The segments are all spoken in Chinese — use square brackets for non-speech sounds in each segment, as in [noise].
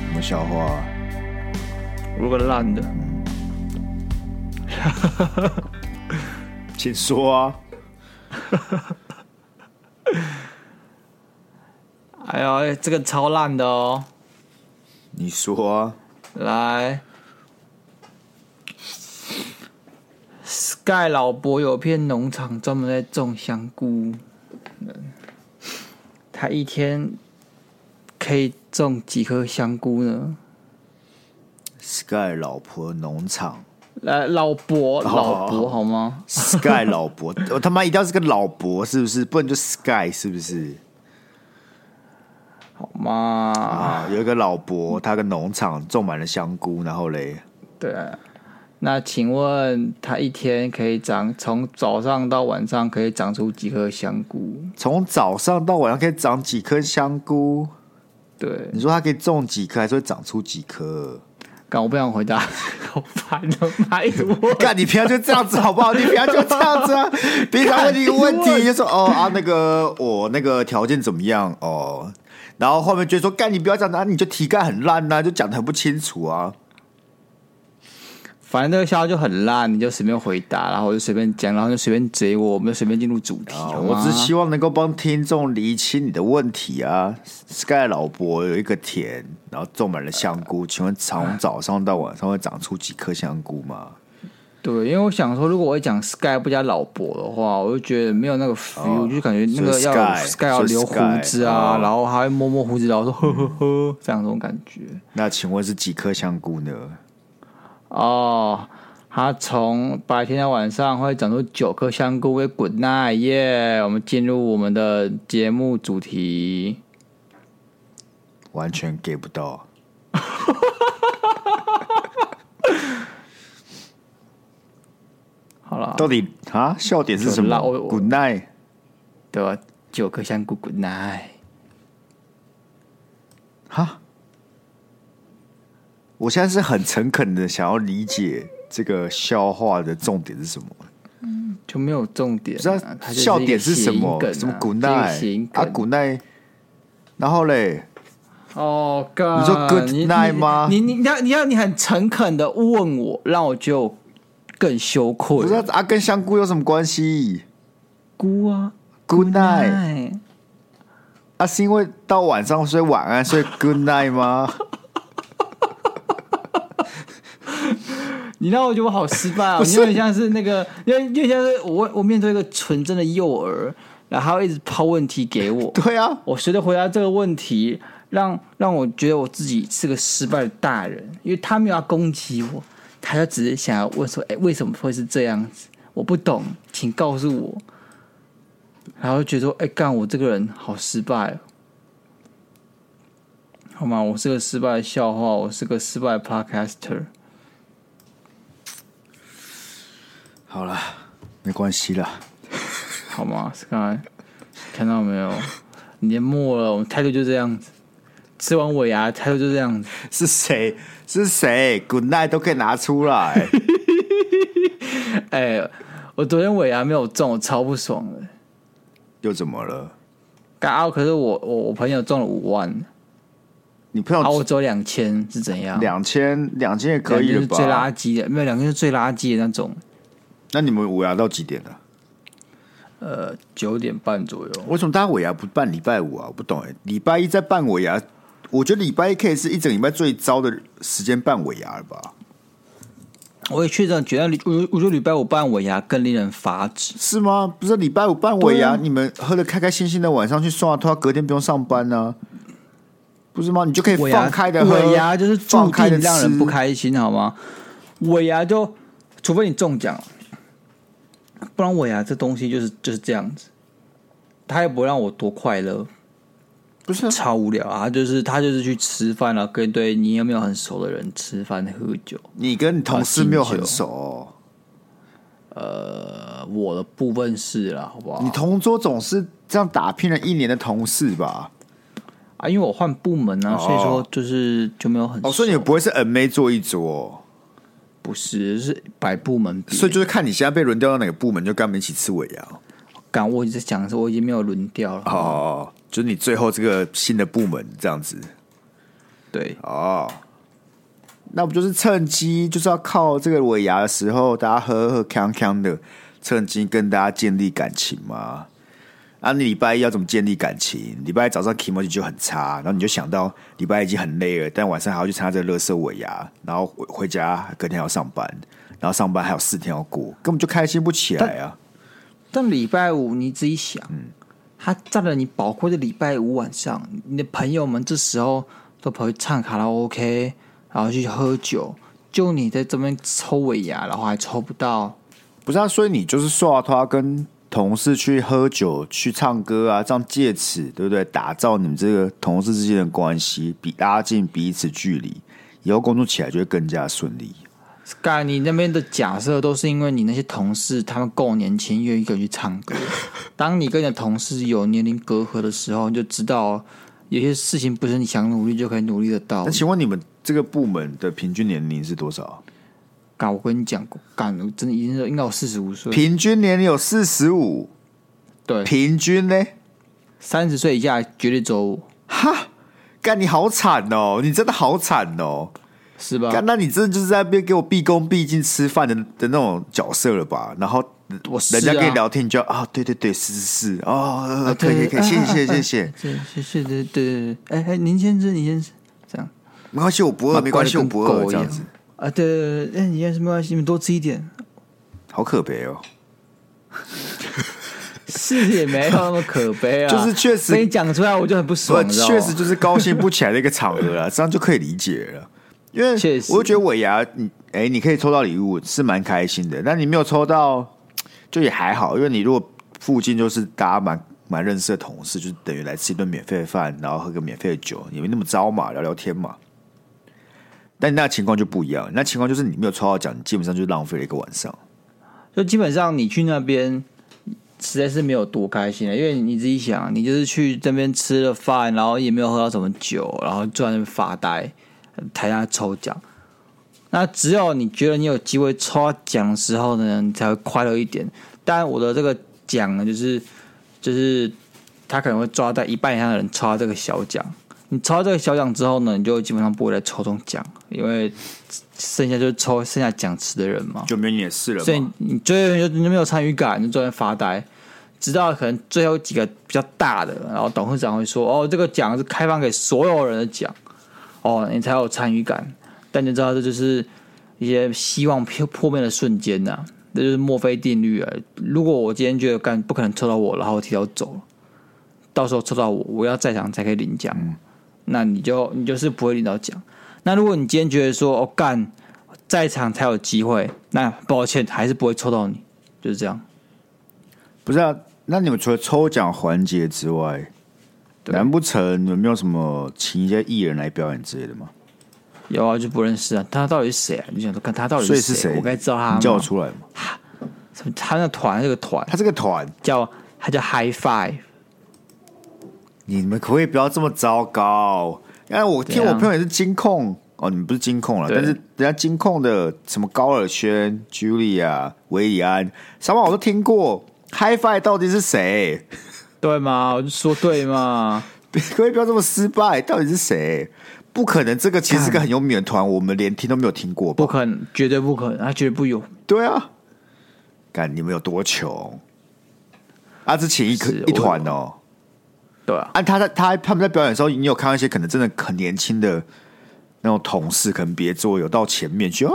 什么笑话啊？如果烂的，请说啊！哎呦，这个超烂的哦！你说啊！来，Sky 老伯有片农场专门在种香菇，他一天可以种几颗香菇呢？ Sky 老婆农场来，老伯，老伯哦好吗？ ，Sky 老伯，我他妈一定要是个老伯是不是？不能就 Sky 是不是？好吗？啊，有一个老伯，他个农场种满了香菇，然后嘞，对啊。那请问他一天可以长从早上到晚上可以长出几颗香菇？从早上到晚上可以长几颗香菇？对，你说他可以种几颗，还是会长出几颗？干我不想回答，好烦哦！拜 [laughs] 托，干，你平常就这样子好不好？你平常就这样 [laughs] 子啊！平常问你一个问题就说哦啊，那个我那个条件怎么样哦，然后后面就说干，你不要这样子啊，你就题干很烂呐、就讲的很不清楚 [laughs] 啊。 [laughs] 反正这个笑话就很烂，你就随便回答，然后我就随便讲，然后就随便追我，我们就随便进入主题。啊，好我吗只希望能够帮听众厘清你的问题啊。Sky 老伯有一个田，然后种满了香菇，请问从早上到晚上会长出几颗香菇吗？对，因为我想说，如果我讲 Sky 不加老伯的话，我就觉得没有那个 feel，、哦就感觉那个要有所以 Sky 要留胡子啊，所以 Sky，然后还会摸摸胡子，然后说呵呵呵这样这种感觉。那请问是几颗香菇呢？哦，他从白天到晚上会长出九颗香菇，会滚那耶。我们进入我们的节目主题。完全 get 不到。好了，到底啊，笑点是什么就烂我？Good night。对吧？九颗香菇滚那。哈，我现在是很诚恳的想要理解这个笑话的重点是什么。就没有重点、不知道啊，它就是笑点啊是是什么？什么 Good night 啊啊 Good night，然后嘞，哦，干你说 good night 吗你你你要你要你很诚恳的问我，让我就更不羞愧知。道啊跟香菇有什么关系姑啊？Good night night 啊，是因为到晚上所以晚安，所以 Good night 吗？你让我觉得我好失败啊！你有点像是那个，有点有点像是我我面对一个纯真的幼儿，然后他会一直抛问题给我，对啊，我随着回答这个问题，让让我觉得我自己是个失败的大人，因为他没有要攻击我，他就只是想要问说：“哎、为什么会是这样子？我不懂，请告诉我。”然后就觉得说：“哎、干我这个人好失败、哦，好吗？我是个失败的笑话，我是个失败的 podcaster。好了，没关系啦。好吗？Sky，看到没有？年末了，我们态度就这样子。吃完尾牙，态度就这样子。是谁？是谁？Good night 都可以拿出来。 [laughs] 哎、我昨天尾牙没有中，我超不爽的。又怎么了？干啊！可是我我我朋友中了五万，你朋啊，我友只有两千是怎样？哦两千两千也可以两了千是最吧？垃圾的，没有两千是最垃圾的那种。那你们尾牙到几点了？呃，九点半左右。为什么大家尾牙不办礼拜五啊？我不懂哎、礼拜一再办尾牙，我觉得礼拜一可以是一整礼拜最糟的时间办尾牙了吧？我也确诊觉得礼，我我觉得礼拜五办尾牙更令人发指。是吗？不是礼拜五办尾啊牙，你们喝的开开心心的，晚上去刷拖，隔天不用上班呢、不是吗？你就可以尾牙放开的喝，尾牙就是注放开的定让吃人不。开心，好吗？尾牙就除非你中奖，不然尾牙这东西就是就是这样子，他也不会让我多快乐。不是啊、超无聊啊！他就是他就是去吃饭然后跟对你有没有很熟的人吃饭喝酒。你跟你同事没有很敬酒熟哦、呃，我的部分是啦，好不好？你同桌总是这样打拼了一年的同事吧？啊，因为我换部门啊，所以说就是就没有很熟。哦，所以你不会是 N 妹坐一桌哦、不是是摆部门比，嗯所以就是看你现在被轮调到哪个部门，就跟他们一起吃尾牙哦。干，我一直想说我已经没有轮调了。哦，就是你最后这个新的部门这样子对，哦。那不就是趁机就是要靠这个尾牙的时候，大家喝喝康康的，趁机跟大家建立感情吗？啊，你礼拜一要怎么建立感情？礼拜一早上 k i m o j i 就很差，然后你就想到礼拜一已经很累了，但晚上还要去参加这个乐色尾牙，然后回回家隔天还要上班，然后上班还有四天要过，根本就开心不起来啊！但礼拜五你自己想，嗯他占了你宝贵的礼拜五晚上，你的朋友们这时候都跑去唱卡拉 OK，然后去喝酒，就你在这边抽尾牙，然后还抽不到，不是啊，所以你就是刷他跟同事去喝酒、去唱歌啊，这样借此对不对，打造你们这个同事之间的关系，比拉近彼此距离，以后工作起来就会更加顺利。干你那边的假设都是因为你那些同事他们够年轻，愿意跟你去唱 [laughs] 歌。当你跟你的同事有年龄隔阂的时候，你就知道有些事情不是你想努力就可以努力得到那。请问你们这个部门的平均年龄是多少？干，我跟你讲，干，我真的已经是应该有四十五岁，平均年龄有四十五，对，平均呢？三十岁以下绝对走我，哈，干你好惨哦，你真的好惨哦！是吧？干，那你真的就是在那边给我毕恭毕敬吃饭的的那种角色了吧？然后我是啊人家跟你聊天，你就要啊，对对对，是是是，哦，呃可啊对以可以，可以，谢谢谢谢，谢 [laughs] 谢谢对对对，哎哎，您先吃，您先吃，这样。没关系，我不饿，没关系，我不饿，这样子，啊，对对对，哎，你先吃没关系，你们多吃一点，好可悲哦。是也没有那么可悲 [laughs] 啊。就是确实被你讲出来，我就很不不爽，，你知道吗确实就是高兴不起来的一个场合 [laughs] 了，这样就可以理解了。因为确实我就觉得尾牙，你哎、你可以抽到礼物是蛮开心的，但你没有抽到就也还好，因为你如果附近就是大家蛮蛮认识的同事，就是等于来吃一顿免费的饭，然后喝个免费的酒，也没那么糟嘛，聊聊天嘛。但你那情况就不一样，那情况就是你没有抽到奖，你基本上就浪费了一个晚上。就基本上你去那边实在是没有多开心啊，因为你自己想，你就是去这边吃了饭，然后也没有喝到什么酒，然后就在那边发呆，台下抽奖。那只有你觉得你有机会抽到奖的时候呢，你才会快乐一点。当然，我的这个奖呢，就是就是他可能会抓在一半以上的人抽到这个小奖。你抽到这个小奖之后呢，你就基本上不会再抽中奖，因为剩下就是抽剩下奖池的人嘛。就没有你的事了嘛，所以你最后就你就没有参与感，你就在那边发呆，直到可能最后几个比较大的，然后董事长会说：“哦，这个奖是开放给所有人的奖，哦，你才有参与感。”但你知道，这就是一些希望破破灭的瞬间呐、这就是墨菲定律啊！如果我今天觉得干不可能抽到我，然后我提早走了，到时候抽到我，我要在场才可以领奖，那你就你就是不会领到奖。那如果你今天觉得说哦干在场才有机会，那抱歉还是不会抽到你，就是这样。不是啊？那你们除了抽奖环节之外，对难不成有没有什么请一些艺人来表演之类的吗？有啊，就不认识啊，他到底是谁啊？你就想说看他到底所以是谁？谁？我该知道他你叫我吗？出来吗？什么他那个团，这个团他这个团，叫他叫 High Five，你们可不可以不要这么糟糕？哎，我听怎我样朋友也是金控哦，你们不是金控了，对但是人家金控的什么高尔宣、Julia、维里安，什么我都听过。HiFi 到底是谁？对吗？我就说对嘛，可不可以不要这么失败？到底是谁？不可能，这个其实是个很有名的团，我们连听都没有听过吧。不可能，绝对不可能，他绝对不有。对啊，干你们有多穷？啊，只请一个是一我团哦。对啊，啊，他在他他们在表演的时候，你有看到一些可能真的很年轻的那种同事，可能别桌有到前面去哦，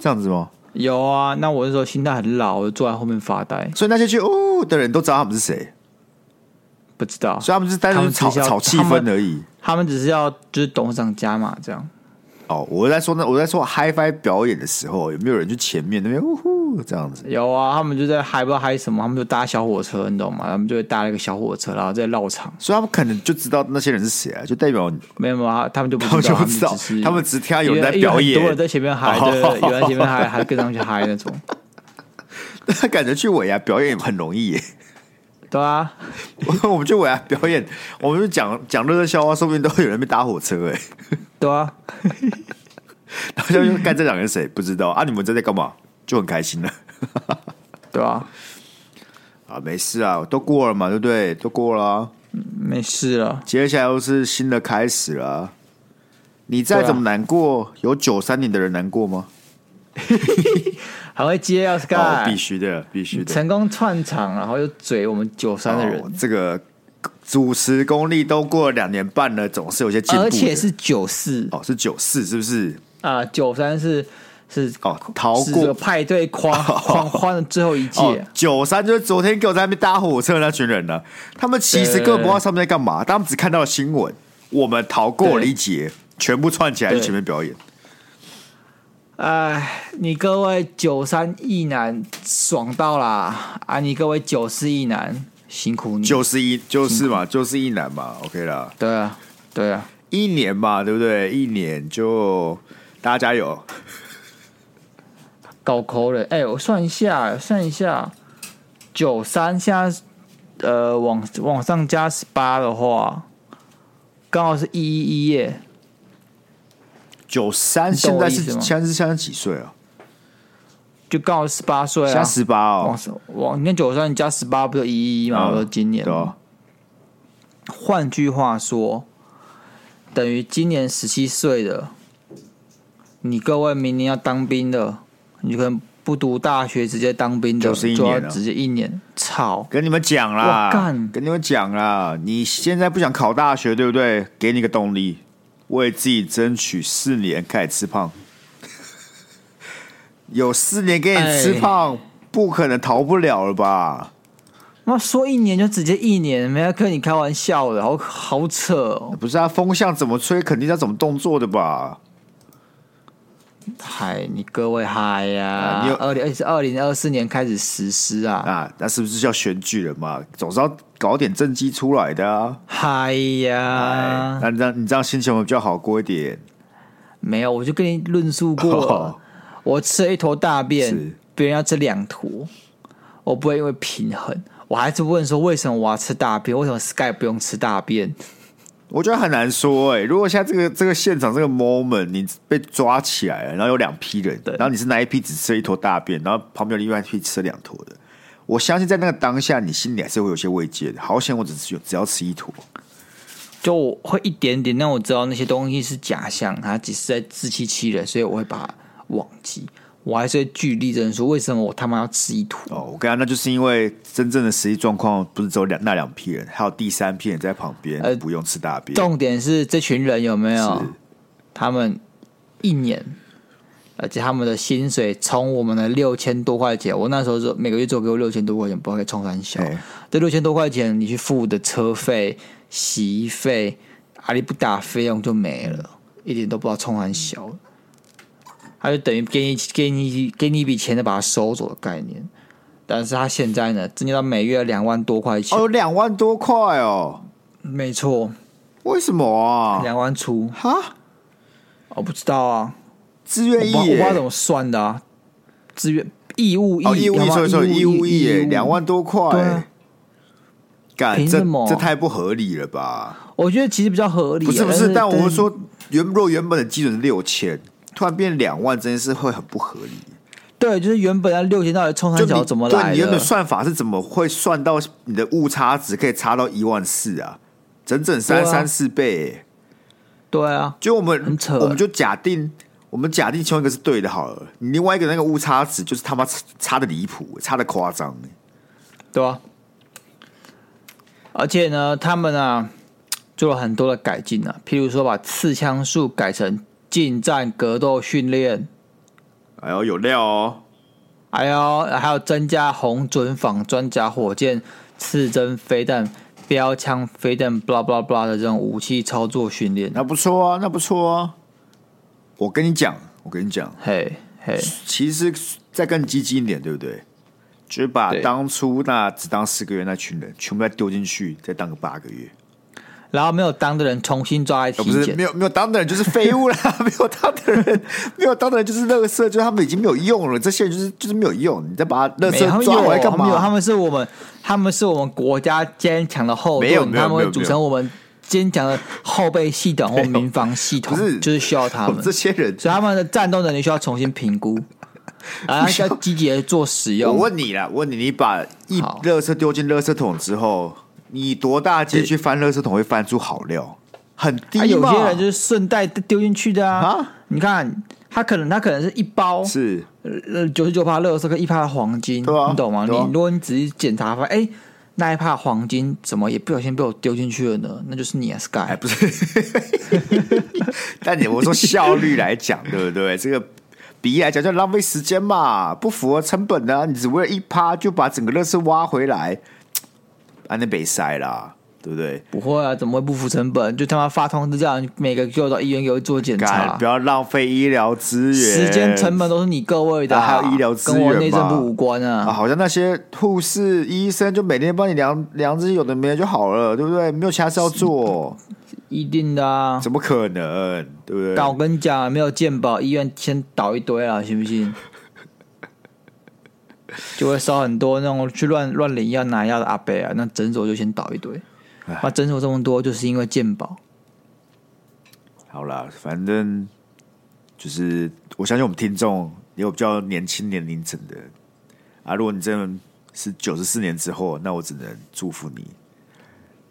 这样子吗？有啊。那我那时候心态很老，我就坐在后面发呆，所以那些去哦的人都知道他们是谁，不知道。所以他啊们是单他纯们炒只是要炒气他氛们而已。他们只是要就是董事长加码这样。哦，我在说呢，我在说 HiFi 表演的时候，有没有人去前面那边呜呼这样子？有啊，他们就在嗨不知道嗨什么，他们就搭小火车，你懂吗？他们就会搭了一个小火车，然后再绕场。所以他们可能就知道那些人是谁啊，就代表没有没有，他他们就不他们知就道，不知道只是，他们只听到有人在因为表因为很多人演，在前 [laughs] 面嗨，哦对，对对有人在前面嗨，还跟上去嗨那种。 [laughs] 感觉去尾牙表演很容易耶。对啊，我 [laughs] 们去尾牙表演，我们就讲讲热热笑话，说不定都会有人被搭火车哎、 [laughs] 对啊，然后就干这两个人谁不知道啊？你们这在干嘛？就很开心了对啊， [laughs] 啊，没事啊，都过了嘛，对不对？都过了啊、没事了，接下来又是新的开始了啊。你再对啊怎么难过，有九三年的人难过吗？还会哎接奥斯哦卡，，必须的，必须的。成功串场，然后又嘴我们九三的人，哦这个主持功力都过了两年半了，总是有些进步的。而且是九四哦，是九四是不是？啊，九三是是哦，逃是这个过派对 [laughs] 狂狂欢的最后一届，哦，九三就是昨天给我在那边搭火车的那群人呢，他们其实根本不知道上面在干嘛，他们只看到了新闻，我们逃过了一劫，全部串起来去对前面表演。哎，你各位九三一男爽到啦！啊，你各位九四一男辛苦你。就是一就是嘛，嗯就是一男嘛，OK 啦，对啊，对啊，一年嘛，对不对？一年就大家加油，搞抠了。哎、我算一下，算一下，九三现在呃往往上加十八的话，刚好是一一一耶。九三你懂现我在的是意思吗现在是现在几岁啊？就刚好十八岁现在啊，十八往哦，上往你看九三，你加十八不就一一一嗯嘛？我说今年对哦，换句话说，等于今年十七岁的你，各位明年要当兵的，你可能不读大学直接当兵的，就是一就要年了直接一年。操！跟你们讲啦哇，干跟你们讲啦，你现在不想考大学，对不对？给你个动力，为自己争取四年开始吃胖， [laughs] 有四年给你吃哎胖，不可能逃不了了吧？那说一年就直接一年，没有跟你开玩笑的，好好扯哦！不是啊，风向怎么吹，肯定要怎么动作的吧？嗨，你各位嗨啊呀你有！二零哎二是二零二四年开始实施啊！啊，那是不是叫选举了嘛？总是要搞点政绩出来的啊！嗨哎呀，！那你这样你这样心情会比较好过一点。没有，我就跟你论述过了。我吃了一坨大是便，别人要吃两坨，我不会因为平衡，我还是问说为什么我要吃大便？为什么 Sky 不用吃大便？我觉得很难说哎、如果现在这个这个现场这个 moment 你被抓起来了，然后有两批人，然后你是那一批只吃了一坨大便，然后旁边有另外一批吃了两坨的，我相信在那个当下，你心里还是会有些慰藉的。好险，我只是只要吃一坨，嗯就我会一点点，但我知道那些东西是假象，它只是在自欺欺人，所以我会把它忘记。我还是会据理力争说，为什么我他妈要吃一坨？哦，我跟他那就是因为真正的实际状况不是只有两那两批人，还有第三批人在旁边、呃不用吃大便。重点是这群人有没有是他们一年，而且他们的薪水从我们的六千多块钱，我那时候说每个月只有给我六千多块钱，不知道该冲三小哎。这六千多块钱，你去付的车费、洗衣费、阿里不打费用就没了，一点都不知道冲三小。他就等于给你给你给你一笔钱，再把它收走的概念。但是他现在呢，增加到每月两万多块钱，哦，有两万多块哦，没错，为什么啊？两万出。哈，我不知道啊，自我愿不意知道我不知道怎耶，么算的啊，自愿义务役哦，义务好役，吗所以说义务役耶，两，义万多块对耶啊，干凭这什么这太不合理了吧？我觉得其实比较合理啊。不是不但是，但我们是说原如果原本的基准是六千，突然变两万，这件事会很不合理。对，就是原本要六千到底冲就三角你怎么对来你原本的？算法是怎么会算到你的误差值可以差到一万四啊？整整对三啊三四倍耶、对啊，就我们很扯欸我们就假定，我们假定其中一个是对的好了，你另外一个那个误差值就是他妈差差的离谱，差的夸张。对啊。而且呢，他们啊做了很多的改进啊，譬如说把刺枪术改成近战格斗训练，哎呦，有料哦！还有还有增加红准仿装甲火箭、刺针飞弹、标枪飞弹，blah blah blah 的这种武器操作训练。那不错啊，那不错啊。我跟你讲，我跟你讲，嘿嘿，其实再更激进一点，对不对？就是把对当初那只当四个月那群人全部再丢进去，再当个八个月，然后没有当的人重新抓来呃、体不是检没。有没有当的人就是废 [laughs] 物啦，没有当的人没有当的人就是垃圾，就是他们已经没有用了，这些人就是就是没有用，你再把 [laughs] 垃没有，他圾们抓有，回来干他们有，嘛他？们是我们，他们是我们国家坚强的后没有盾，没有他没们会有组没有成我们坚强的后备系统或没有民防系 [laughs] 统不是，就是需要他们。这些人 [laughs] 所以他们的战斗能力需要重新评估。啊，要积极的做使我用。问你啦，我问你，你把一好垃圾丢进垃圾桶之后，你多大街去翻垃圾桶会翻出好料？很低啊，嘛？有些人就是顺带丢进去的啊。啊你看，他可能他可能是一包是呃九十九帕乐色跟一帕黄金，对啊你懂吗？对啊你如果你只是检查发现，哎、那一帕黄金怎么也不小心被我丢进去了呢？那就是你啊，Sky。哎，不是， [laughs] 但你我说效率来讲，对不对？这个比例来讲，就浪费时间嘛，不符合成本啊！你只为了一趴就把整个乐圾挖回来，啊安那北塞啦，对不对？不会啊，怎么会不付成本？就他妈发通知叫你每个给我到医院给我做检干，查不，要浪费医疗资源，时间成本都是你各位的啊、啊还有医疗资源跟我内政嘛部无关啊，啊。好像那些护士、医生就每天帮你量量这些有的没的就好了，对不对？没有其他事要做，一定的啊。怎么可能？对不对？但我跟你讲，没有健保，医院先倒一堆啊，信不信？ [laughs] 就会少很多那种去乱乱领药拿药的阿伯啊，那诊所就先倒一堆。那诊所这么多，就是因为健保。好啦，反正就是我相信我们听众也有比较年轻年龄层的啊。如果你真的是九十四年之后，那我只能祝福你，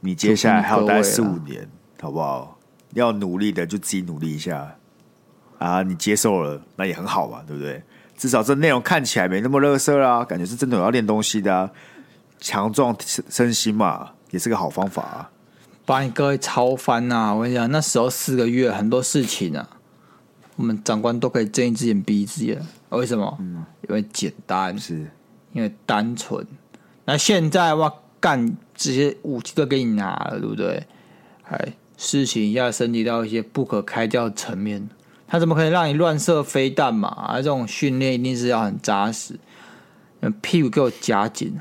你接下来还有大概四祝福五你年，好不好？要努力的就自己努力一下啊！你接受了，那也很好嘛，对不对？至少这内容看起来没那么乐色啦，感觉是真的有要练东西的、啊，强壮身身心嘛，也是个好方法、啊。把你各位超翻呐、我跟你讲，那时候四个月很多事情啊，我们长官都可以睁一只眼闭一只眼。为什么？因为简单，是因为单纯。那现在哇，干这些武器都给你拿了，对不对？哎，事情一下升级到一些不可开交的层面，他怎么可能让你乱射飞弹嘛？啊，这种训练一定是要很扎实。嗯屁股给我夹紧。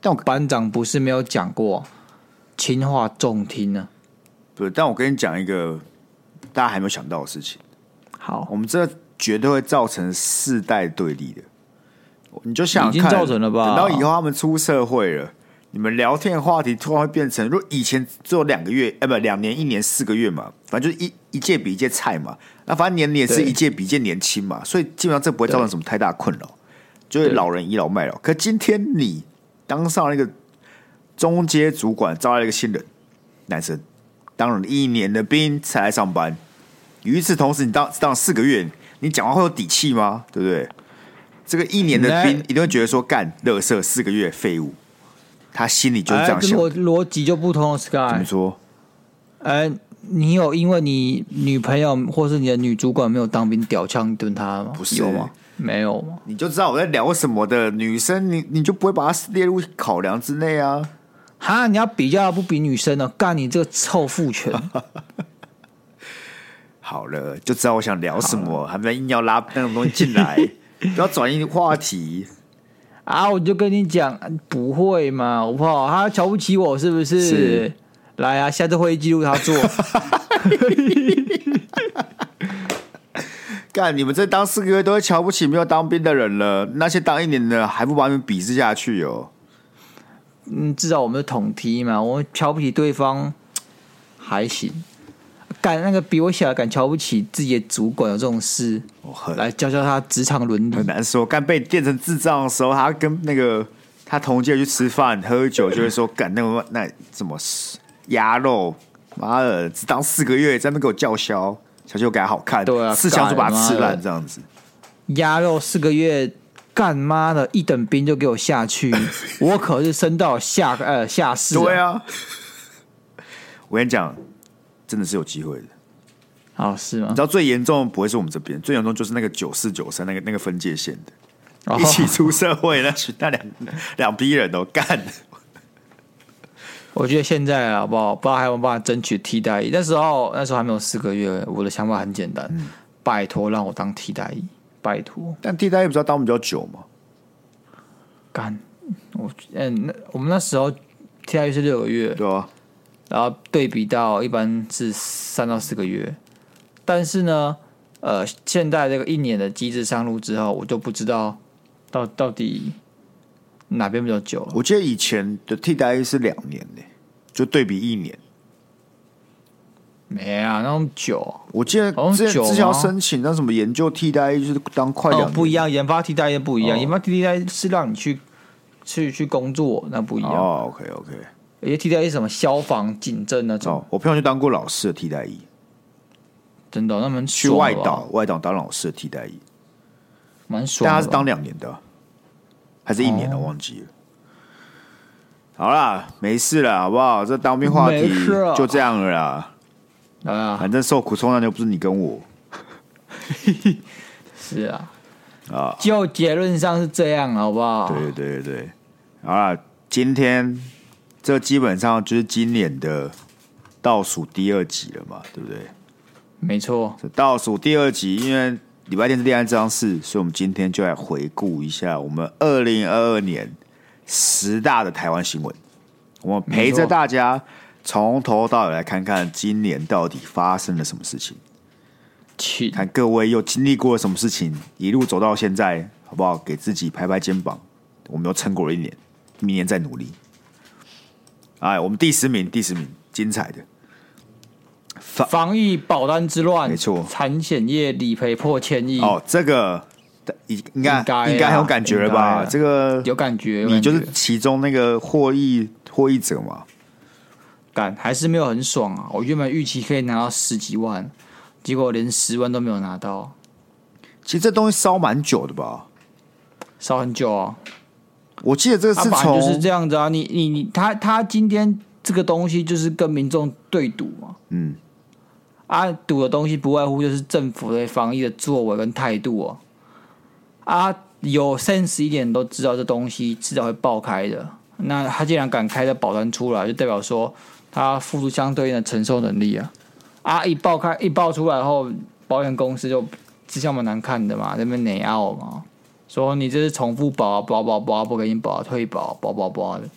但我班长不是没有讲过，轻话重听啊呢、对，但我跟你讲一个大家还没有想到的事情，好，我们这绝对会造成世代对立的。你就想想已经看造成了吧等到以后他们出社会了，你们聊天的话题突然会变成，如果以前只有两个月，哎、不，两年、一年、四个月嘛，反正就是一一届比一届菜嘛。那反正年龄也是对一届比一届年轻嘛，所以基本上这不会造成什么太大困扰，就是老人倚老卖老。可今天你当上了一个中阶主管，招来了一个新人，男生，当了一年的兵才来上班。与此同时，你当当了四个月，你讲话会有底气吗？对不对？这个一年的兵那一定会觉得说干乐色四个月废物，他心里就是这哎样想。逻逻辑就不同了怎，Sky 么。说？哎，你有因为你女朋友或是你的女主管没有当兵屌枪一顿她吗？不是有吗？没有吗？你就知道我在聊什么的女生，你你就不会把她列入考量之内啊？哈，你要比较不比女生呢、干你这个臭父 [laughs] 权！好了，就知道我想聊什么，还没硬要拉那种东西进来，不要转移话题。啊，我就跟你讲，不会嘛，我怕他瞧不起我是不是？是来啊，下次会议记录他 [laughs] 做。干，你们这当四个月都会瞧不起没有当兵的人了，那些当一年的还不把你们鄙视下去哦？嗯，至少我们是统踢嘛，我们瞧不起对方还行。敢那个比我小的敢瞧不起自己的主管有这种事，哦，很来教教他职场伦理很。难说。干被电成智障的时候，他跟那个他同届去吃饭喝酒，就会说干那个那怎么鸭肉，妈的，只当四个月，在那边给我叫嚣，小舅给他好看，对啊吃香就把它吃干妈烂的这样子。鸭肉四个月，干妈的一等兵就给我下 [laughs] 去，我可是升到下呃下士、对，啊，我跟你讲，真的是有机会的。哦是吗你知？道最严重的不会是我们这边，最严重就是那个九四九三那个那个分界线的，哦一起出社会 [laughs] 那群那两两批人都干。我觉得现在啊好不好？不知道还有没有办法争取替代役。那时候那时候还没有四个月，我的想法很简单，嗯拜托让我当替代役，拜托。但替代役不是要当比较久吗？干，我嗯，那我们那时候替代役是六个月，对啊，然后对比到一般是三到四个月，但是呢，呃，现在这个一年的机制上路之后，我就不知道到到底哪边比较久了。我记得以前的替代役是两年呢、就对比一年。没啊，那么久我记得好像之前九之前要吗申请那什么研究替代役，就是当快哦两，不一样样，研发替代役不一样，哦研发替代役是让你去去去工作，那不一样。哦，OK OK，有些替代役是什么消防、警政那种，哦，我朋友就当过老师的替代役，真的，那蛮去爽外的吧岛，外岛当老师的替代役，蛮但爽的吧。他是当两年的，还是一年哦的，忘记了。好啦，没事了，好不好？这当兵话题没事啊就这样了啦，来啊，反正受苦受难又不是你跟我。是啊，啊，就结论上是这样，好不好？对对对对对，好啦，今天这基本上就是今年的倒数第二集了嘛，对不对？没错，这倒数第二集，因为礼拜天是恋爱这张事，所以我们今天就来回顾一下我们二零二二年十大的台湾新闻。我们陪没着错大家从头到尾来看看今年到底发生了什么事情，请看各位又经历过了什么事情，一路走到现在，好不好？给自己拍拍肩膀，我们又撑过了一年，明年再努力。哎，我们第十名，第十名，精彩的。防疫保单之乱，没错产险业理赔破千亿，哦，这个应应该嗯应该啊应该很有感觉了应该吧？啊这个有感觉，有你就感是觉其中那个获益获益者嘛？干，还是没有很爽啊！我原本预期可以拿到十几万，结果连十万都没有拿到，其实这东西烧蛮久的吧？烧很久啊。我记得这个他是本来从、啊就是这样子啊，你你你，他他今天这个东西就是跟民众对赌嘛，嗯，啊，赌的东西不外乎就是政府的防疫的作为跟态度哦、啊，有 sense 一点都知道这东西迟早会爆开的，那他既然敢开的保单出来，就代表说他付出相对应的承受能力啊，啊，一爆开一爆出来后，保险公司就绩效蛮难看的嘛，在那边内傲嘛。说你这是重复保啊保保保啊，不给你保啊退保保保保啊的，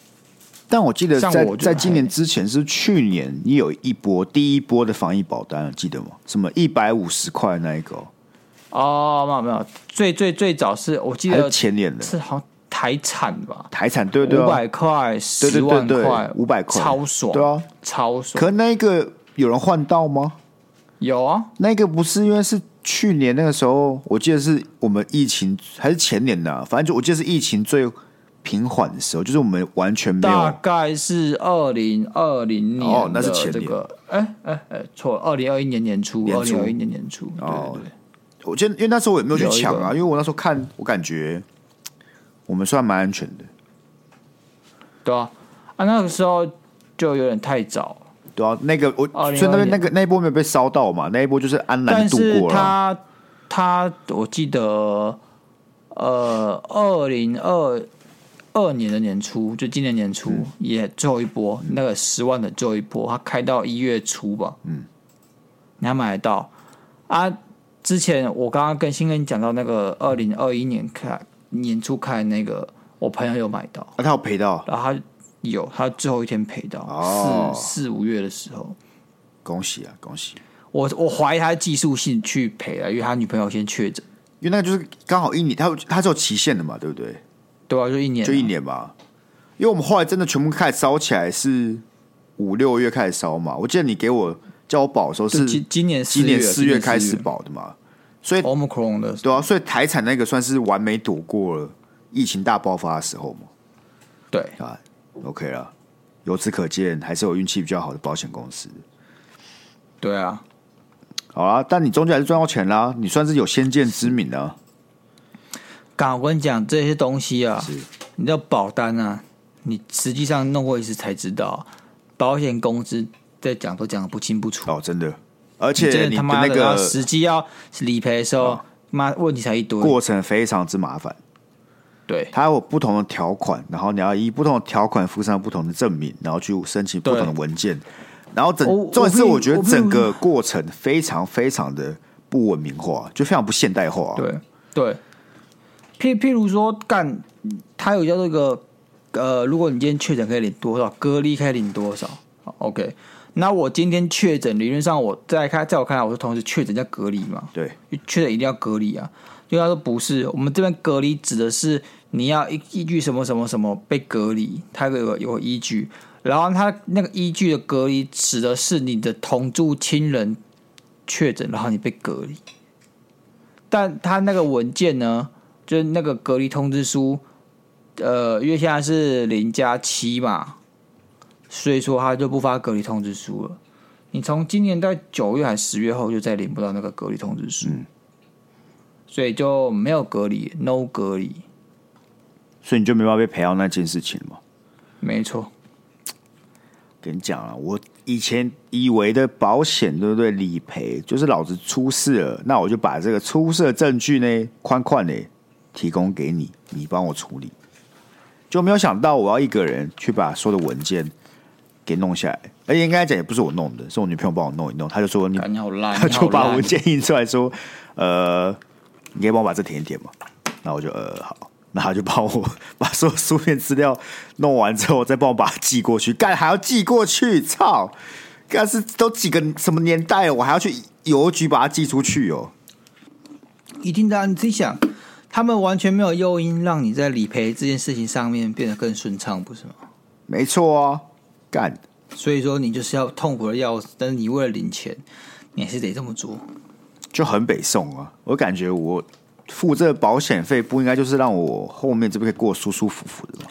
但我记得像在我就在今年之前是去年也有一波第一波的防疫保单，记得吗？什么一百五十块那一个哦，哦，没有没有，最最最早是我记还得是前年的是好像台产吧，台产对对五啊百块、十万对块、 500块超爽，对啊，超爽。可那一个有人换到吗？有啊，那个不是因为是去年那个时候，我记得是我们疫情还是前年的啊、反正就我记得是疫情最平缓的时候，就是我们完全没大有概是二零二零年、哦那是前这年个，哎哎哎，错了，二零二一年年初，年二初零二一年年初，对哦对对，我记得，因为那时候我也没有去抢有一啊，个因为我那时候看，我感觉我们算蛮安全的，对啊，啊那个时候就有点太早，对啊，那个我2020所以那边那个那一波没有被烧到嘛，那一波就是安然但地度是过了。啊他他，我记得，呃，二零二二年的年初，就今年年初、嗯也最后一波，那个十万的最后一波，他开到一月初吧，嗯，你还买得到啊？之前我刚刚跟新跟你讲到那个二零二一年开年初开的那个，我朋友有买到，啊，他有赔到，然后他有他最后一天赔到哦四四五月的时候，恭喜啊，恭喜！我我怀疑他技术性去赔了，因为他女朋友先确诊，因为那个就是刚好一年，他他是有期限的嘛，对不对？对啊，就一年啊，就一年嘛。因为我们后来真的全部开始烧起来是五六月开始烧嘛，我记得你给我叫我保的时候就是今今年今年四四月开始保的嘛， ，Omicron 的，对啊，所以台产那个算是完美躲过了疫情大爆发的时候嘛，对，啊，OK 了。由此可见，还是有运气比较好的保险公司。对啊，好啦，但你终究还是赚到钱啦，你算是有先见之明啊。刚我跟你讲这些东西啊是，你知道保单啊，你实际上弄过一次才知道，保险公司在讲都讲的不清不楚，哦，真的，而你且真你的的他妈那的要个哦实际要理赔的时候，妈问题才一堆，过程非常之麻烦。对它有不同的条款，然后你要依不同的条款附上不同的证明，然后去申请不同的对文件，然后整我重点是我我觉得我不整个过程非常非常的不文明化，就非常不现代化。，啊对对，譬譬如说干，他有叫做一个呃，如果你今天确诊可以领多少，隔离可以领多少好，OK。那我今天确诊，理论上我在看，在我看来，我是同时确诊加隔离嘛，对确诊一定要隔离啊。因为他说不是，我们这边隔离指的是你要依依据什么什么什么被隔离，它有个有个依据，然后它那个依据的隔离指的是你的同住亲人确诊，然后你被隔离。但他那个文件呢，就是那个隔离通知书，呃，因为现在是零加七嘛，所以说他就不发隔离通知书了。你从今年在九月还是十月后就再领不到那个隔离通知书，所以就没有隔离，no 隔离，所以你就没办法被培养那件事情了嘛。没错。嗯跟你讲啊，我以前以为的保险，对不对？理赔就是老子出事了，那我就把这个出事的证据呢，宽宽的提供给你，你帮我处理。就没有想到我要一个人去把所有的文件给弄下来，而且应该讲也不是我弄的，是我女朋友帮我弄一弄。她就说你，感觉好烂，她 [laughs] 你就好把烂文件印出来说，呃，你可以帮我把这填一填吗？那我就呃好，那他就帮我把所有书面资料弄完之后，再帮我把它寄过去。干还要寄过去，操！干是都几个什么年代了，我还要去邮局把它寄出去哦。一定的啊、你自己想，他们完全没有诱因让你在理赔这件事情上面变得更顺畅，不是吗？没错啊，干所以说你就是要痛苦的要死，但是你为了领钱，你还是得这么做。就很北宋啊。我感觉我付这个保险费，不应该就是让我后面这边可以过得舒舒服服的吗？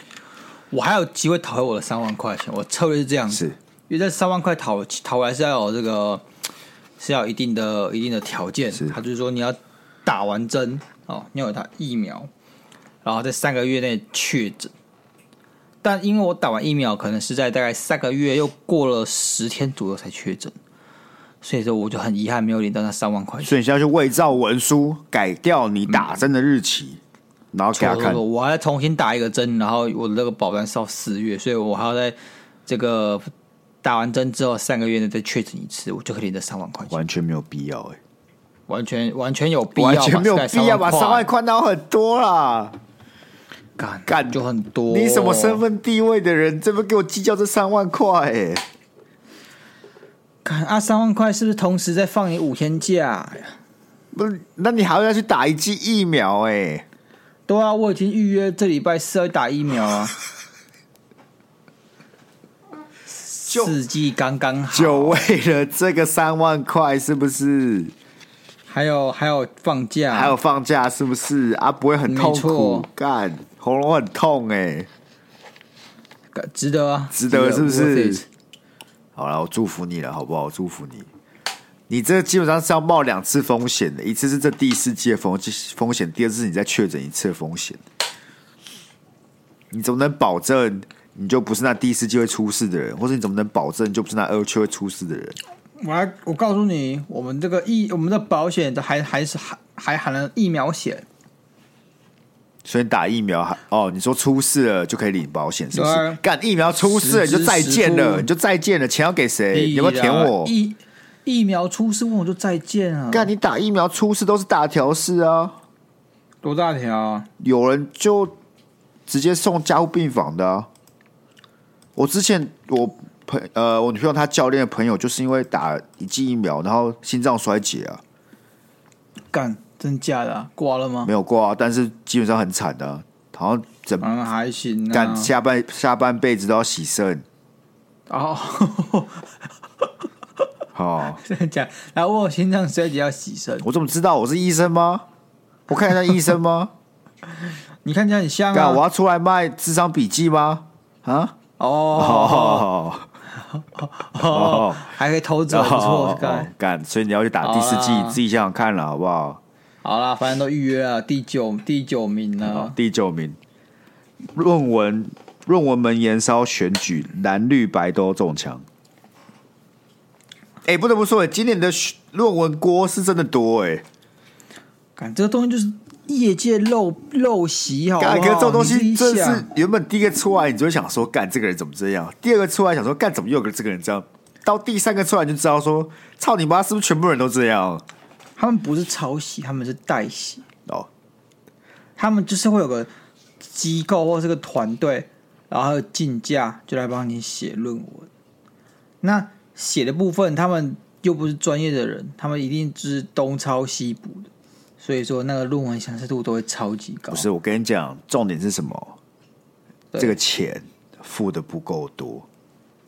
我还有机会讨回我的三万块钱，我策略是这样是子，因为这三万块讨讨回来是要有这个是要有一定的一定的条件是，他就是说你要打完针哦，你要有打疫苗，然后在三个月内确诊。但因为我打完疫苗，可能是在大概三个月又过了十天左右才确诊，所以说我就很遗憾没有领到那三万块钱。所以你现在去伪造文书，改掉你打针的日期，然后给他错嗯错看错，。我还要重新打一个针，然后我的那个保单是到四月，所以我还要在这个打完针之后三个月内再确诊一次，我就可以领这三万块钱，完全没有必要哎、完全完全有必要，完全没有必要把三万，块当很多啦。干干就很多。你什么身？份地位的人，这边给我计较这三万块、欸？干啊，三万块是不是同时在放你五天假？不是，那你还要去打一剂疫苗、欸？对啊，我已经预约这礼拜四要打疫苗啊， [laughs] 就四季刚刚好，就为了这个三万块，是不是？还有还有放假，还有放假，是不是？啊，不会很痛苦没错？干，喉咙很痛、欸，干值得啊，值得是不是 worth it 好了，我祝福你了，好不好？我祝福你。你这基本上是要冒两次风险的，一次是这第四季的风风险，第二次是你再确诊一次的风险。你怎么能保证你就不是那第四季会出事的人，或者你怎么能保证你就不是那二区会出事的人？我来，我告诉你，我们这个疫，我们的保险的还还是还还含了疫苗险，所以你打疫苗还哦，你说出事了就可以领保险，是不对是啊？干疫苗出事了你实支就再见实了，付你就再见了，钱要给哎谁？哎你要不要填我？疫疫苗出事，问我就再见啊！干你打疫苗出事都是大条事啊。多大条啊？有人就直接送加护病房的啊、我之前我朋呃，我女朋友她教练的朋友，就是因为打一剂疫苗，然后心脏衰竭啊，干，真假的、啊？挂了吗？没有挂、啊，但是基本上很惨的啊、好像整嗯，还行干、啊。下半下半辈子都要洗肾。哦， [laughs] 哦，真的假的？然后我有心脏衰竭要洗肾，我怎么知道我是医生吗？我看一下医生吗？你看起来很像干、啊。我要出来卖智商笔记吗？啊？哦哦哦，还可以偷走，不哦错。干，干，所以你要去打第四季，好啦啊自己想想看了，好不好？好啦，反正都预约了，第九第九名了。第九名，论文论文门延烧选举，蓝绿白都中枪。哎、不得不说，今年的选论文锅是真的多哎、干，这个东西就是业界陋陋习，好不好？啊干哥这种东你西自真己的想是原本第一个出来，你就会想说，干这个人怎么这样？第二个出来想说，干怎么又有个这个人这样？到第三个出来你就知道说，操你妈，是不是全部人都这样？他们不是抄袭，他们是代袭，哦，他们就是会有个机构或是个团队，然后竞价就来帮你写论文。那写的部分，他们又不是专业的人，他们一定就是东抄西补的，所以说那个论文相似度都会超级高。不是，我跟你讲，重点是什么？对这个钱付的不够多，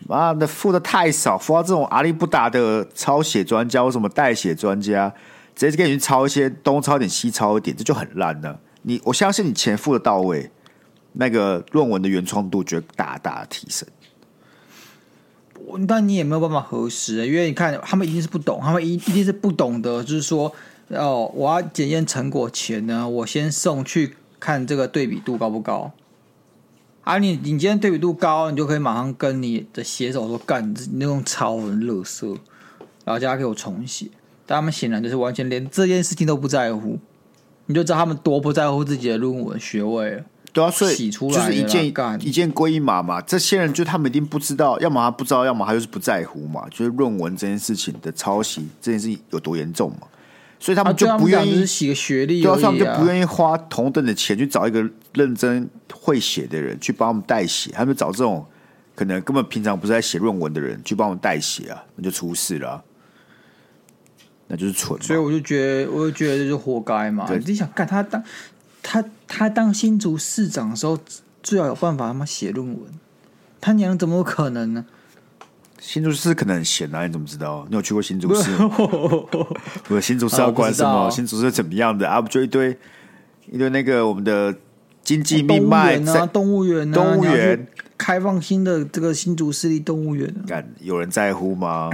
妈的，付的太少，付到这种阿里不达的抄写专家或什么代写专家，直接给你去抄一些东抄一点西抄一点，这就很烂了。你我相信你钱付的到位，那个论文的原创度绝对大大提升。我但你也没有办法核实，因为你看他们一定是不懂，他们一一定是不懂的，就是说哦，我要检验成果前呢，我先送去看这个对比度高不高。啊你，你今天对比度高，你就可以马上跟你的写手说，干，你这你那种超很垃圾，然后叫他给我重写。但他们显然就是完全连这件事情都不在乎，你就知道他们多不在乎自己的论文学位了。对啊，所以洗出就来是一了件干一件归一码嘛。这些人就他们一定不知道，要么他不知道，要么他就是不在乎嘛。就是论文这件事情的抄袭这件事情有多严重嘛，所以他啊，们就对他不们讲愿意就是，洗个学历对啊，而所已以他们就啊不愿意花同等的钱去找一个认真会写的人去帮他们代写，他们找这种可能根本平常不是在写论文的人去帮我们代写啊，那就出事了啊、那就是蠢嘛。所以我就觉得，我就觉得这就活该嘛。对你就想干他当他他当新竹市长的时候，最好有办法他妈写论文。他娘怎么可能呢？ [laughs] 新竹市可能很闲啊，你怎么知道？你有去过新竹不市是 [laughs] 吗？，我新竹是要管什么？啊我不知道新竹是怎么样的啊？不就一堆一堆那个我们的经济命动物脉园在啊，动物园啊，动物你要去园开放新的这个新竹市立动物园啊、干、有人在乎吗？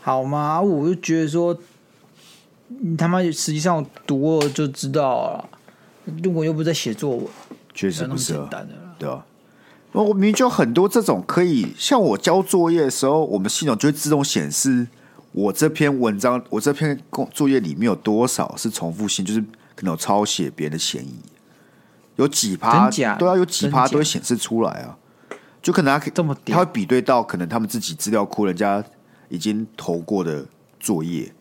好吗？我就觉得说，你他妈实际上读过就知道了，论文又不是在写作文，确没实有那不么是简啊，单的啦。对吧、那我明明就很多这种可以，像我交作业的时候，我们系统就会自动显示我这篇文章，我这篇工作业里面有多少是重复性，就是可能有抄写别人的嫌疑，有几趴，真假对啊，有几趴真假都会显示出来啊。就可能他可以这么屌他会比对到可能他们自己资料库人家已经投过的作业，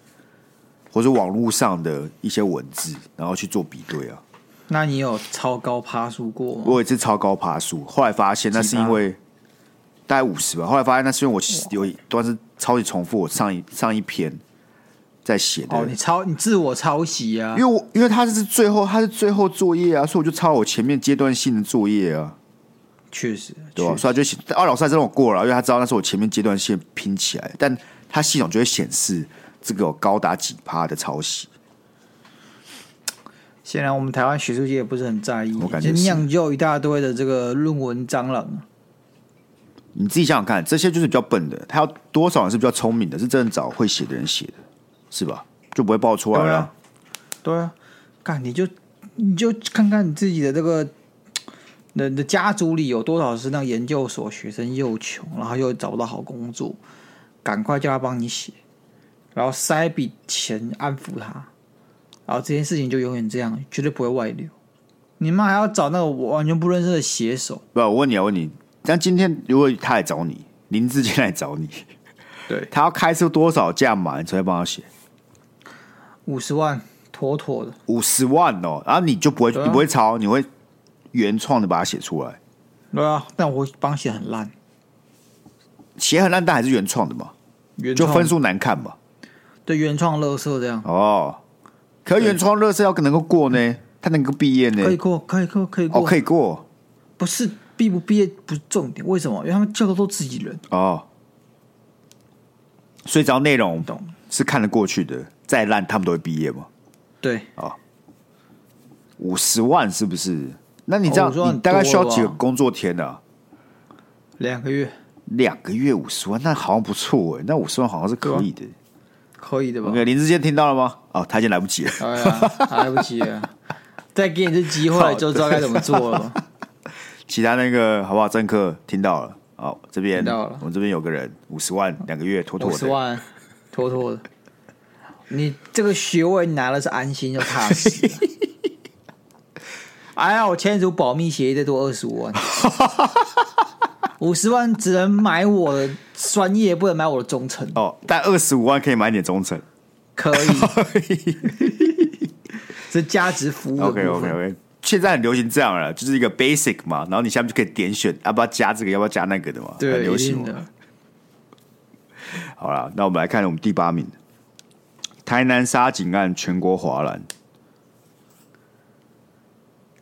或者网络上的一些文字，然后去做比对啊。那你有超高趴数过吗？我有一次超高爬树，后来发现那是因为大概五十吧，后来发现那是因为我其实有一段是超级重复我上一上一篇在写的，哦，你抄你自我抄袭啊因为！我因为他是最后他是最后作业啊，所以我就抄我前面阶段性的作业啊，确实，对吧、确实所以他就写，哦，老师还真让我过了，因为他知道那是我前面阶段性拼起来，但他系统就会显示这个有高达几趴的抄袭，显然我们台湾学术界也不是很在意，我感觉就是酿就一大堆的这个论文蟑螂。你自己想想看，这些就是比较笨的，他要多少人是比较聪明的，是真的找会写的人写的，是吧？就不会爆出来对了啊。对啊，干你就你就看看你自己的这个。你的家族里有多少是那研究所学生又穷，然后又找不到好工作，赶快叫他帮你写，然后塞一笔钱安抚他，然后这件事情就永远这样，绝对不会外流。你妈还要找那个我完全不认识的写手，不，我问你，我问你，但今天如果他来找你，林志坚来找你， [laughs] 对，他要开出多少价码，你才会帮他写五十万妥妥的。五十万哦？然后你就不会，对啊你不会抄，你会原创的把它写出来，对啊，但我帮写很烂，写很烂，但还是原创的嘛，原就创分数难看嘛。对原创乐色这样，哦，可原创乐色要能够过呢，他能够毕业呢可以，过，可以过，可以过，哦，可以过不是毕不毕业不是重点，为什么？因为他们教的都自己人，哦，所以只要内容懂？是看得过去的，再烂他们都会毕业嘛。对，五十万是不是？那你这哦样，我说很你大概需要多了吧几个工作天呢、啊？两个月两个月五十万，那好像不错哎，那五十万好像是可以啊的。可以的吧？ OK，林志坚听到了吗？哦，他已经来不及了。 [laughs] 哎呀，来不及了，再给你一次机会就知道该怎么做了吧。其他那个好不好？政客听到了，好、这边听到了我们这边有个人五十万，两个月妥妥五十的。万，妥妥的。你这个学位拿了是安心又 [laughs] 踏实啊、哎呀，我签署保密协议再多二十五万，五十万只能买我的专业，不能买我的忠诚。哦，但二十五万可以买点忠 [laughs] 诚。可以，是价值服务的部 OK 分。 OK OK，现在很流行这样了，就是一个 basic 嘛，然后你下面就可以点选要不要加这个，要不要加那个的嘛，很对，流一行定嘛。的。好了，那我们来看我们第八名，台南杀警案全国哗然，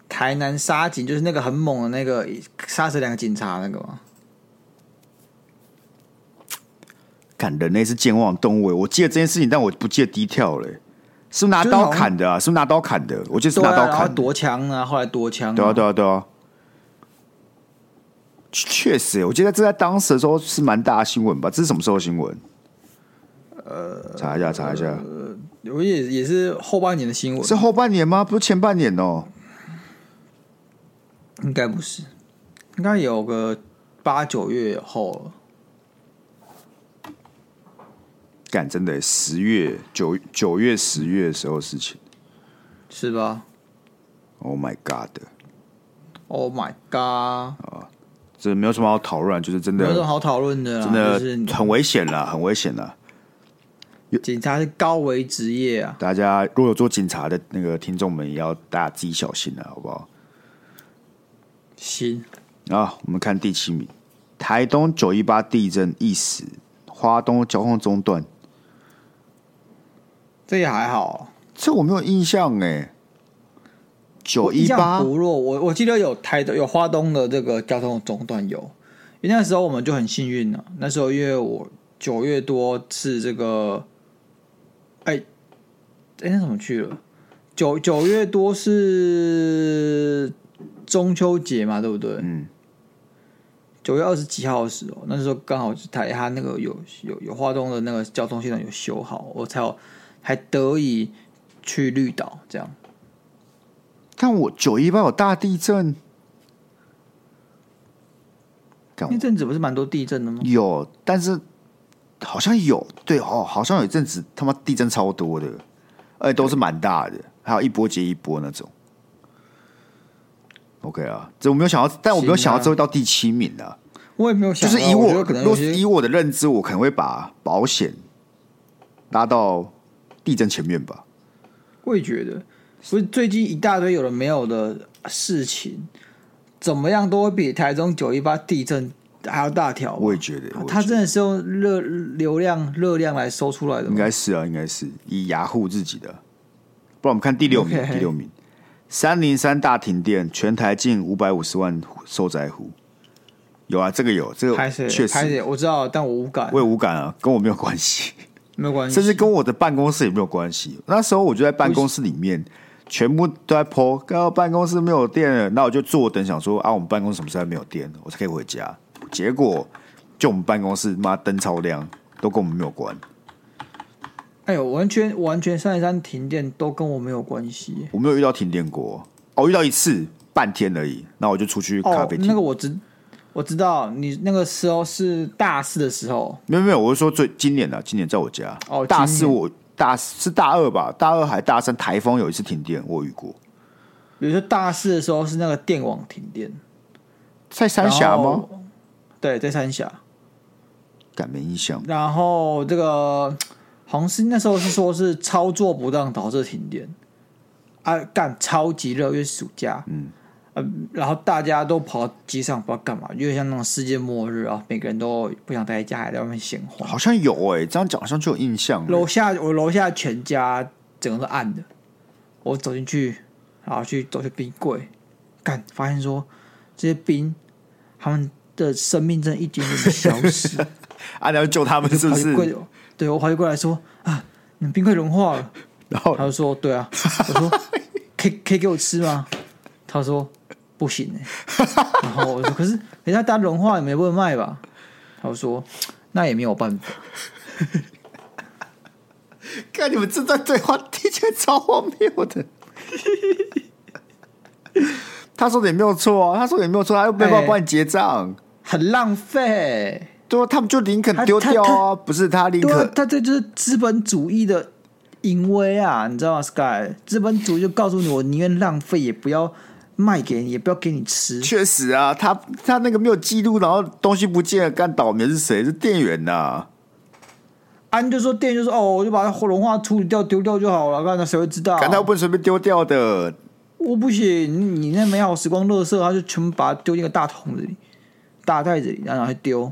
台南杀警就是那个很猛的那个杀死两个警察那个吗？砍人类是健忘动物欸、我记得这件事情，但我不记得 detail 嘞、是不是拿就是好刀像砍的啊？是不是拿刀砍的？我记得是对拿刀啊，然后砍的。夺枪啊，后来夺枪、对啊，对啊，对啊。确确实，欸我记得这在当时的时候是蛮大的新闻吧？这是什么时候的新闻？呃，查一下，查一下，呃啊我也也是后半年的新闻，啊是后半年吗？不是前半年哦、应该不是，应该有个八九月后了。干，真的欸、十月九九月十月的时候的事情。是吧 Oh my god！ ？Oh my god！这没有什么好讨论，就是真没有什么的好讨论的啦，啊啊真就的是很危险啦，很危险啦。警察是高危职业啊。大家如果有做警察的那个听众们，也要大家自己小心啊，好不好？行，啊，我们看第七名，台东九一八地震一死，花东交通中断，这也还好。啊这我没有印象哎、九我印一象八薄弱，我我记得有台有花东的这个交通中断有，因为那时候我们就很幸运了、那时候因为我九月多是这个，哎、哎、那怎么去了？九九月多是中秋节嘛，对不对？嗯。九月二十几号的时候，那时候刚好是台他那个有有有花东的那个交通系统有修好，我才有还得以去绿岛这样。但我九一八有大地震，干我那阵子不是蛮多地震的吗？有，但是好像有对哦，好像有一阵子他妈地震超多的，而且都是蛮大的，还有一波接一波那种。OK 啊，这我没有想到，但我没有行啊想到这会到第七名啊。我也没有就想到，是以我觉我得可能若有是些以我的认知，我可能会把保险拉到地震前面吧。我也觉得，不是最近一大堆有的没有的事情，怎么样都会比台中九一八地震还要大条吧。我也觉得，我也它觉得真的是用热流量热量来收出来的应吗？该是啊，应该是以雅虎自己的。不然我们看第六名 OK 第六名，三零三大停电，全台近五百五十万户受灾户。有啊，这个有，这个拍谁？确拍实，谁？我知道，但我无感我，也无感啊，跟我没有关系， [laughs] 没有关系。甚至跟我的办公室也没有关系。那时候我就在办公室里面，全部都在 po，刚刚办公室没有电了，那我就坐等，想说啊，我们办公室什么时候没有电，我才可以回家。结果就我们办公室妈灯超亮，都跟我们没有关，哎呦，完全完全三十三停电都跟我没有关系。我没有遇到停电过，哦，遇到一次半天而已。那我就出去咖哦啡，厅，那个我知我知道，你那个时候是大四的时候，没有没有，我是说最今年的、啊今年在我家。哦大今四年我大是大二吧，大二还大三，台风有一次停电，我有遇过，比如说大四的时候是那个电网停电，在三峡吗？？对，在三峡。感没印象。然后这个好像是那时候是说是操作不当导致停电，啊，干超级热，因为暑假，嗯，呃，然后大家都跑到机上不知道干嘛，因为像那种世界末日啊，每个人都不想待在家，还在外面闲晃。好像有哎、这样讲好像就有印象欸了、楼下我楼下全家整个都暗的，我走进去，然后去走去冰柜，干发现说这些冰，他们的生命正一点点的消失。啊，你要救他们是不跑去是？跪对我跑就过来说啊，你们冰块融化了。然后他就说对啊。[laughs] 我说可以可以给我吃吗？他说不行、欸、然后我说可是人家大家融化也没问卖吧？他就说那也没有办法。看你们这段对话听起来超荒谬的。他说的也没有错啊，他说的也没有错，他又没办法哎帮你结账。很浪费、对啊，他们就林肯他丢他掉啊，他不是他林对啊肯，，他这就是资本主义的淫威啊，你知道吗？Sky，资本主义就告诉你，我宁愿浪费，也不要卖给你，也不要给你吃。确实啊，他他那个没有记录，然后东西不见了，干倒霉是谁？是店员呐、安、你就说店就说哦，我就把它融化处理掉丢掉就好了，干那谁会知道？干他又不能随便丢掉的。我不行，你那美好时光垃圾，他就全部把它丢进一个大桶子里、大袋子里，然后拿去丢。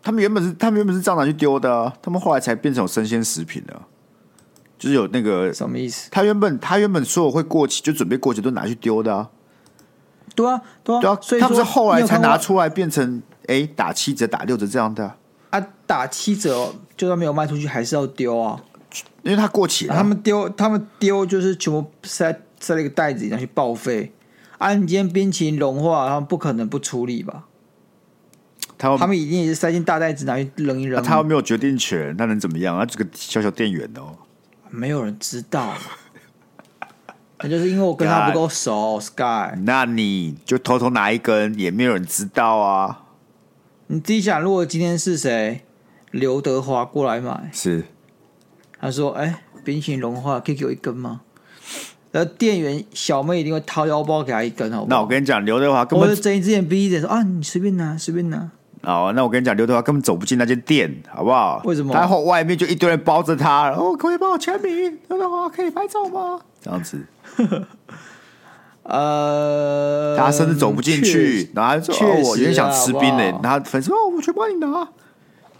他们原本是他们原本是这样拿去丢的啊、他们后来才变成有生鲜食品的啊、就是有那个什么意思？他原本他原本说我会过期，就准备过期都拿去丢的啊，对啊，对啊，对啊，所以他不是说后你来有才看过拿出来变成哎、打七折打六折这样的啊、啊，打七折，就算没有卖出去，还是要丢啊。因为它过期了、啊他们丢，他们丢就是全部塞塞了一个袋子里，拿去报废。啊，你今天冰淇淋融化，他们不可能不处理吧？他又他们一定也是塞进大袋子，拿去扔一嗯扔。啊他又没有决定权，那能怎么样啊？这个小小店员哦，没有人知 [laughs] 道嘛。那就是因为我跟他不够熟，Sky。那你就偷偷拿一根，也没有人知道啊。你自己想，如果今天是谁，刘德华过来买，是，他说：“哎、冰淇淋融化，可以给我一根吗？”然后店员小妹一定会掏腰包给他一根，好不那好？我跟你讲，刘德华根我就本睁一只眼闭一只眼说：“啊，你随便拿，随便拿。”哦，那我跟你讲，刘德华根本走不进那间店，好不好？为什么然后外面就一堆人包着他，哦，可不可以帮我签名？刘德华可以拍照吗？这样子，呃，他甚至走不进去，然后他就说：“嗯确哦，我有实点想啊吃冰嘞。好”不然后粉丝说：“哦，我去帮你拿。”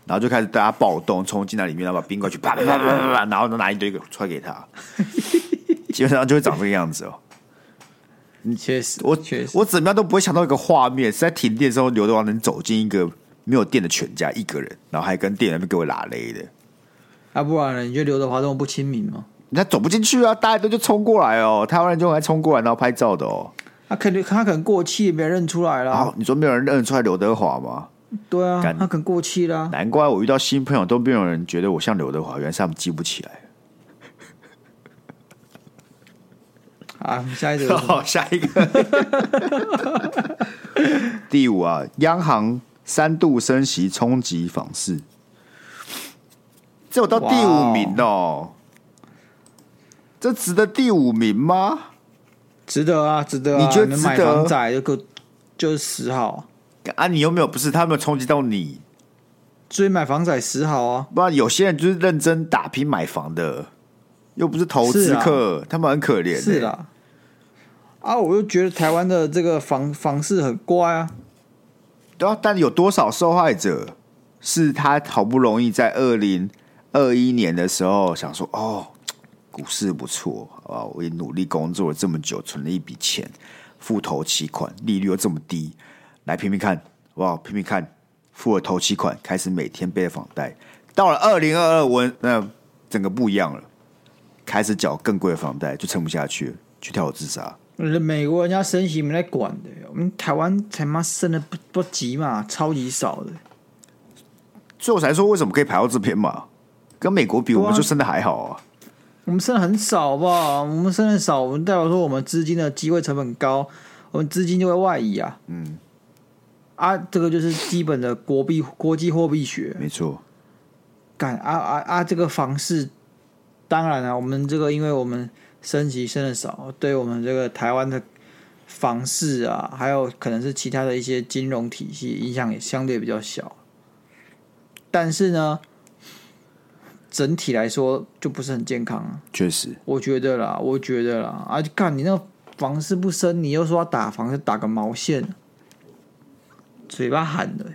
然后就开始大家暴动，冲进来里面，然后把冰块去啪啪啪啪啪啪，然后拿一堆给揣给 [laughs] 他，基本上就会长这个样子哦。确实，我确实，我怎么样都不会想到一个画面，是在停电之后，刘德华能走进一个没有电的全家，一个人，然后还跟店员那边给我拉勒的，啊，不然呢？你觉得刘德华这么不亲民吗？人家走不进去啊，大家都就冲过来哦，台湾人就还冲过来，然后拍照的哦。他肯定，他可能过气，没人认出来然啦。后你说没有人认得出来刘德华吗？对啊，干他可能过气啦。难怪我遇到新朋友都没有人觉得我像刘德华，原来是他们记不起来。啊，我们下一则有什么 [laughs] 好，下一个。 [laughs] 第五啊，央行三度升息冲击房市，这有到第五名哦。这值得第五名吗？值得啊，值得啊。你觉得能买值得房仔就够，就是十好，啊，你有没有不是？他有没有冲击到你？所以买房仔十好啊。不然有些人就是认真打拼买房的，又不是啊投资客，他们很可怜、是，啦。啊，我就觉得台湾的这个房房市很乖啊，对啊，但有多少受害者是他好不容易在二零二一年的时候想说，哦，股市不错，好吧，我也努力工作了这么久，存了一笔钱，付头期款，利率又这么低，来拼拼看，好不好？拼拼看，付了头期款，开始每天背着房贷，到了二零二二，我那、整个不一样了，开始缴更贵的房贷，就撑不下去了，去跳楼自杀。人美国人家升息没在管的，我们台湾才妈升的不不急嘛，超级少的。所以我才说，为什么可以排到这边嘛？跟美国比，我们就升的还好啊。我们剩的很少，好不好？我们剩的少，我们代表说我们资金的机会成本高，我们资金就会外移啊。嗯，啊，这个就是基本的国币国际货币学。没错，干啊啊啊！这个房市，当然了、我们这个因为我们升级升的少，对我们这个台湾的房市啊，还有可能是其他的一些金融体系影响也相对比较小。但是呢，整体来说就不是很健康啊。确实，我觉得啦，我觉得啦，啊，干你那房市不升，你又说要打房，是打个毛线，嘴巴喊的。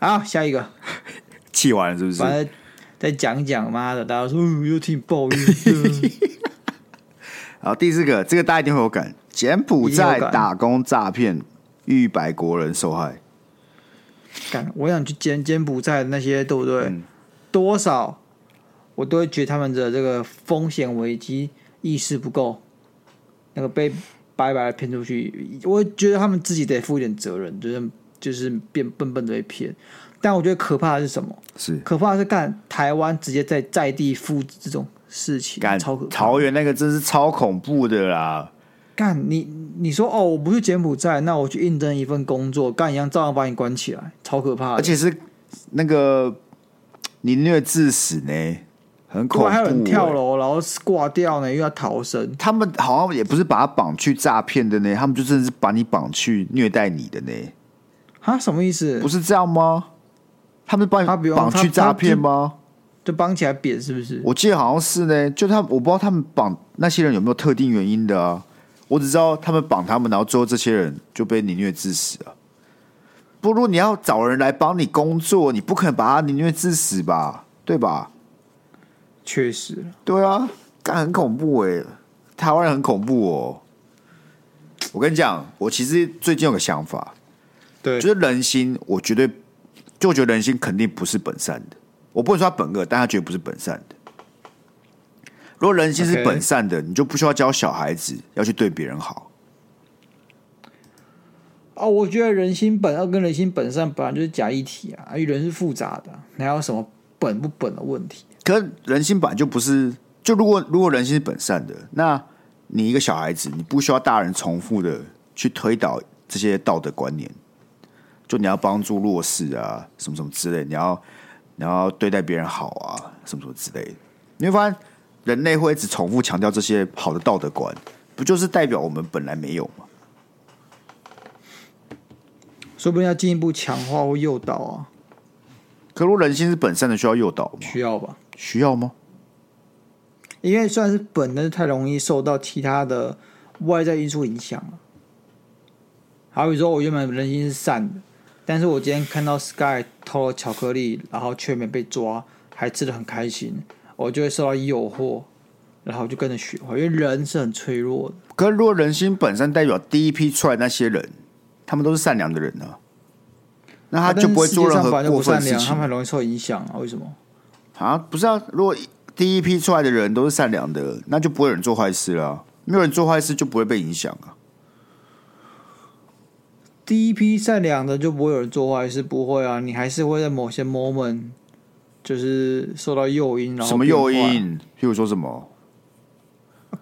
好，下一个，气完了是不是？反正再讲一讲，妈的，大家说、嗯、又听你 [laughs] 抱怨，好，第四个，这个大家一定会有感，柬埔一定寨有感打工诈骗，逾百国人受害。干，我想去柬柬埔寨的那些，对不对？嗯多少我都会觉得他们的这个风险危机意识不够，那个被白白的骗出去，我觉得他们自己得负一点责任，就是就是变笨笨的被骗。但我觉得可怕的是什么？是可怕的是干台湾直接在在地复制这种事情，干超可怕。桃园那个真是超恐怖的啦！干你你说哦，我不去柬埔寨，那我去应征一份工作，干一样照样把你关起来，超可怕的。而且是那个你虐致死呢，很恐怖、突然还有人跳欸楼，然后挂掉呢，又要逃生。他们好像也不是把他绑去诈骗的呢，他们就真的是把你绑去虐待你的呢，啊，什么意思不？是这样吗？他们把他不你用绑他去诈骗吗？就绑起来扁是不是？我记得好像是呢，就他我不知道他们绑那些人有没有特定原因的啊，我只知道他们绑他们，然后最后这些人就被凌虐致死啊。不如你要找人来帮你工作，你不可能把他凌虐致死吧，对吧？确实，对啊，干很恐怖哎、台湾人很恐怖哦。我跟你讲，我其实最近有个想法，对，就是人心，我绝对就我觉得人心肯定不是本善的。我不能说他本恶，但他绝对不是本善的。如果人心是 OK 本善的你就不需要教小孩子要去对别人好。哦，我觉得人心本恶跟人心本善本来就是假议题啊，因为人是复杂的啊，哪有什么本不本的问题？可是人心本来就不是，就如果如果人心是本善的，那你一个小孩子，你不需要大人重复的去推导这些道德观念，就你要帮助弱势啊，什么什么之类，你要你要对待别人好啊，什么什么之类的。你会发现，人类会一直重复强调这些好的道德观，不就是代表我们本来没有吗？说不定要进一步强化或诱导啊，可如果人心是本善的，需要诱导吗？需要吧？需要吗？因为虽然是本，但是太容易受到其他的外在因素影响了。好比说，我原本人心是善的，但是我今天看到 Sky 偷了巧克力，然后却没被抓，还吃的很开心，我就会受到诱惑，然后就跟着学坏。因为人是很脆弱的，可是如果人心本身代表第一批出来那些人，他们都是善良的人呢、那他就不会做任但是世界上本何来就过不分的善事良，他情们很容易受影响啊。为什么？啊？不是啊，如果第一批出来的人都是善良的，那就不会有人做坏事了啊、没有人做坏事就不会被影响啊。第一批善良的就不会有人做坏事，不会啊，你还是会在某些 moment 就是受到诱因，然后什么诱变坏啊因？譬如说什么？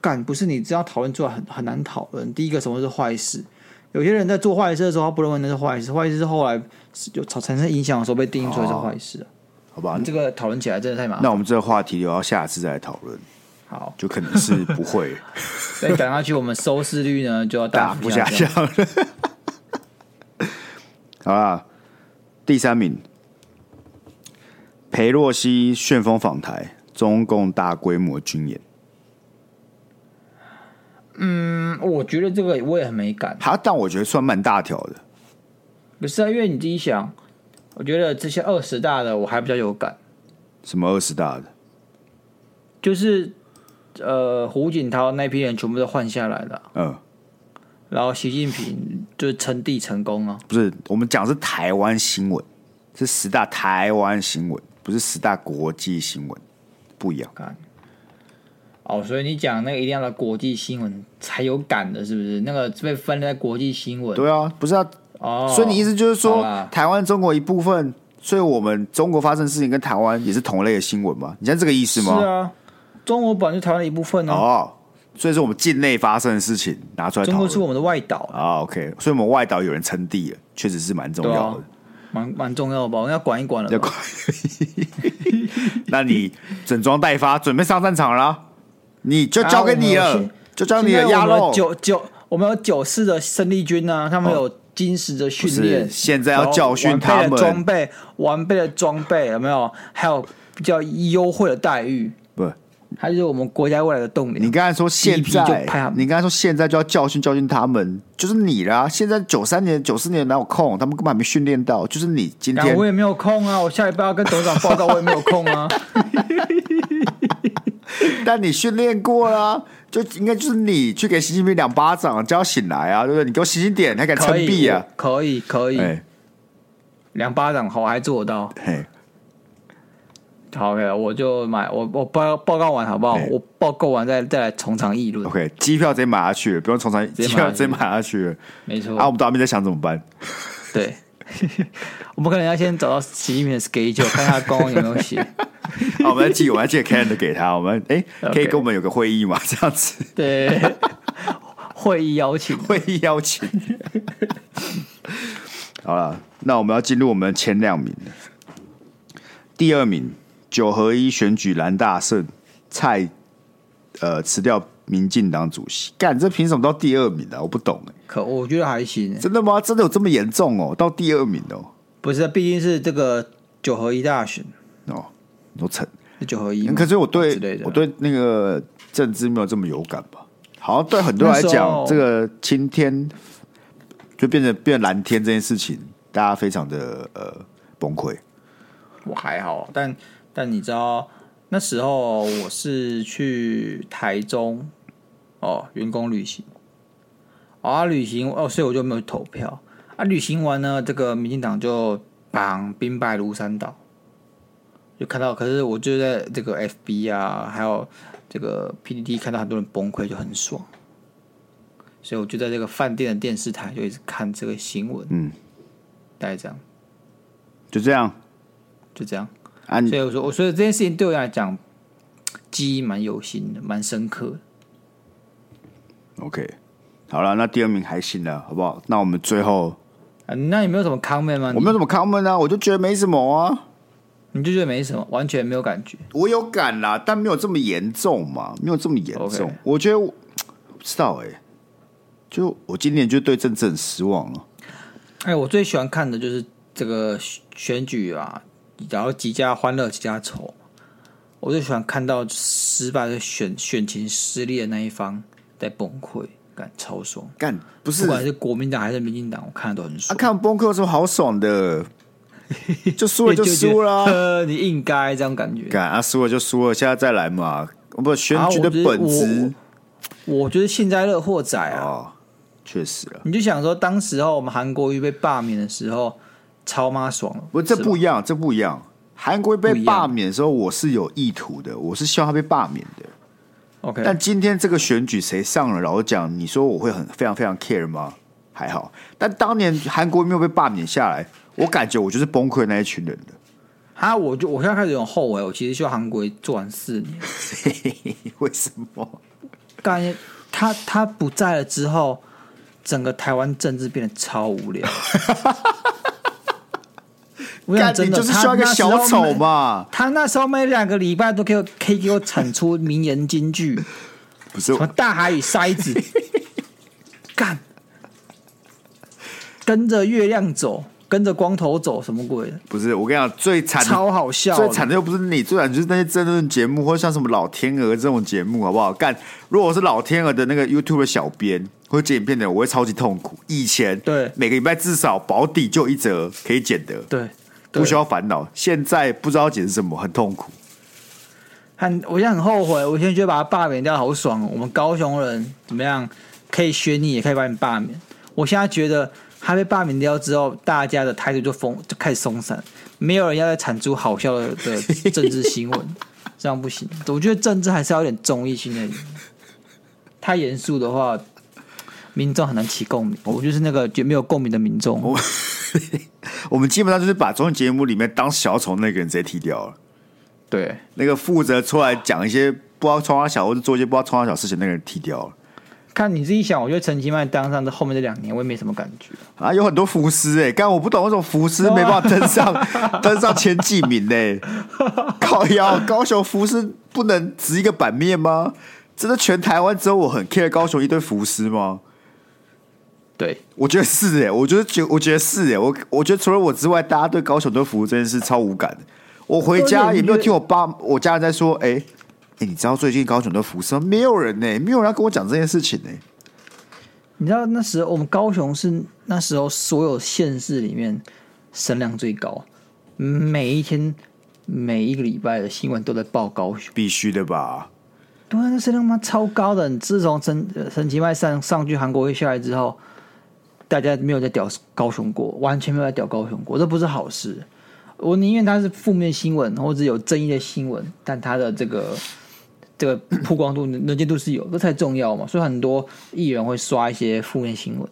干不是你这样讨论出来很很难讨论。第一个，什么是坏事？有些人在做坏事的时候，他不认为那是坏事，坏事是后来是有产产生影响的时候被定义出来是坏事啊。好吧你，这个讨论起来真的太麻那烦。我们这个话题留到下次再来讨论，好，就可能是不 [laughs] 会再讲下去，我们收视率呢就要大大幅幅下下降降。了。 [laughs] 好啦，第三名，裴洛西旋风访台，中共大规模军演。嗯我觉得这个我也很没感，他但我觉得算蛮大条的。不是啊，因为你自己想，我觉得这些二十大的我还比较有感，什么二十大的？就是呃胡锦涛那批人全部都换下来了，嗯，然后习近平就是称帝成功啊。不是，我们讲的是台湾新闻，是十大台湾新闻，不是十大国际新闻，不一样。感。哦，所以你讲那个一定要到国际新闻才有感的，是不是？那个被分在国际新闻。对啊，不是啊，哦，所以你意思就是好说，啦台湾中国一部分，所以我们中国发生的事情跟台湾也是同类的新闻吗？你现在这个意思是吗？啊，中国本来就台湾的一部分啊，哦，所以说我们境内发生的事情拿出来中讨国是论。我们的外岛，啊、o k 所以我们外岛有人称帝了，确实是蛮重要的对。啊蛮蛮重要的吧？我们要管一管了吧。要管那你整装待发，准备上战场了啊，你就交给你啊我了，们有就交给你的现在鸭我们有肉。哦九九，我们有九四的生力军呢、啊，他们有精实的训不练，是现在要教训他们然后完备的装备，完备的装备有没有？还有比较优惠的待遇，不，还是我们国家未来的栋梁。你刚才说现第一批就派他在，们你刚才说现在就要教训教训他们，就是你啦。现在九三年、九四年哪有空？他们根本还没训练到，就是你今然后天我也没有空啊，我下礼拜要跟董事长报告，我也没有空啊。但你训练过啦、就应该就是你去给习近平两巴掌，叫他醒来啊，对不对？你给我醒醒点，你还敢称可以帝啊？可以可以，哎两巴掌好，我还做得到。嘿，好，OK，我就买，我我报报告完好不好哎？哦我报告完再再来从长议论。 OK，机票直接买下去了，不用重常，接机票买下去直接买下去了。没错，啊，我们到后面在想怎么办？对， [laughs] 我们可能要先找到习近平的 schedule，看他官网有没有 [laughs] 写。啊，我们要寄，我们要寄 calendar 给他。我们哎、可以 OK 跟我们有个会议嘛？这样子对，会议邀请。 [laughs] 会议邀请。好了，那我们要进入我们前两名了。第二名，九合一选举蓝大胜，蔡呃辞掉民进党主席。干，这凭什么到第二名啊？我不懂哎、可我觉得还行，真的吗？真的有这么严重哦？到第二名哦不是，啊毕竟是这个九合一大选，哦，你说成是九合一嘛。嗯可是我对之类的我对那个政治没有这么有感吧？好像对很多人来那时讲候，这个青天就变成变蓝天这件事情，大家非常的呃崩溃。我还好，但但你知道，那时候我是去台中哦，员工旅行。哦啊，旅行哦，所以我就没有投票啊。旅行完呢，这个民进党就绑兵败庐山岛，就看到，可是我就在这个 FB 啊，还有这个 PDD 看到很多人崩溃，就很爽。所以我就在这个饭店的电视台就一直看这个新闻，嗯，大概这样，就这样就这样。啊，你所以我说，我所以这件事情对我来讲，记忆蛮有心的，蛮深刻的。 OK，好了，那第二名还行了，好不好？那我们最后啊，那你没有什么 comment 吗？我没有什么 comment 啊，我就觉得没什么啊，你就觉得没什么，完全没有感觉。我有感啦，但没有这么严重嘛，没有这么严重 OK。我觉得我不知道哎、就我今年就对政治很失望了。哎，我最喜欢看的就是这个选选举啊，然后几家欢乐几家愁。我最喜欢看到失败的选选情失利的那一方在崩溃，感超爽。干不是不管是国民党还是民进党，我看的都很啊，爽。看崩溃有什么好爽 [laughs] 的？就输了就输了啊，了， [laughs] 你应该这样感觉。 [laughs] 干啊输了就输了，现在再来嘛。我不选举的啊我觉得本质我觉得幸灾乐祸仔啊，哦，确实了。你就想说，当时候我们韩国瑜被罢免的时候，超妈爽了。不，这是吧不一样，这不一样。韩国瑜被不一样罢免的时候，我是有意图的，我是希望他被罢免的。 OK，但今天这个选举谁上了，老实讲，你说我会很非常非常 care 吗？还好。但当年韩国瑜没有被罢免下来，我感觉我就是崩溃的那一群人的。啊，我就我现在开始有点后悔，我其实希望韩国瑜做完四年， [laughs] 为什么？感觉他他不在了之后，整个台湾政治变得超无聊。 [laughs] 我干想，真你的，就是需他要一个那时候小丑每？嘛？他那时候每两个礼拜都可以可以给我产出名言金句。不是什么大海与筛子，干，跟着月亮走，跟着光头走，什么鬼的，不是，我跟啊你讲，最惨的超好笑的。最惨的又不是你，最惨就是那些争论节目，或者像什么老天鹅这种节目，好不好？干，如果我是老天鹅的那个 YouTube 的小编或者剪影片的人，我会超级痛苦。以前对每个礼拜至少保底就一折可以剪的，对，对不需要烦恼。现在不知道剪什么，很痛苦。 [laughs] 很，我现在很后悔，我现在觉得把他罢免掉好爽、哦。我们高雄人怎么样？可以选你，也可以把你罢免。我现在觉得他被罢免掉之后，大家的态度就松，就开始松散，没有人要再产出好笑的的政治新闻，这样不行。我觉得政治还是要有点综艺性的，太严肃的话，民众很难起共鸣。我就是那个没有共鸣的民众。哦我们基本上就是把综艺节目里面当小丑那个人直接踢掉了，对，那个负责出来讲一些不知道穿花小或者做一些不知道穿花小事情那个人踢掉了。看你自己想，我觉得陈其迈当上这后面这两年，我也没什么感觉。啊，有很多浮尸哎、欸，干我不懂为什么浮尸没办法登上、登上前几名呢、欸？靠腰，高雄浮尸不能值一个版面吗？真的全台湾只有我很 care 高雄一堆浮尸吗？对，我觉得是哎、欸，我觉得觉我觉得是哎、欸，我我觉得除了我之外，大家对高雄对浮尸这件事超无感的。我回家也没有听我爸我家人在说，哎、欸、哎、你知道最近高雄的浮尸吗？没有人呢、欸，没有人要跟我讲这件事情呢、欸。你知道那时候我们高雄是那时候所有县市里面声量最高，每一天每一个礼拜的新闻都在报高雄。必须的吧？对啊，那声量妈超高的。自从陈呃陈其迈上上去韩国瑜下来之后，大家没有在屌高雄过，完全没有在屌高雄过，这不是好事。我宁愿他是负面新闻或者有争议的新闻，但他的这个这个曝光度、能见度是有，这才重要嘛。所以很多艺人会刷一些负面新闻。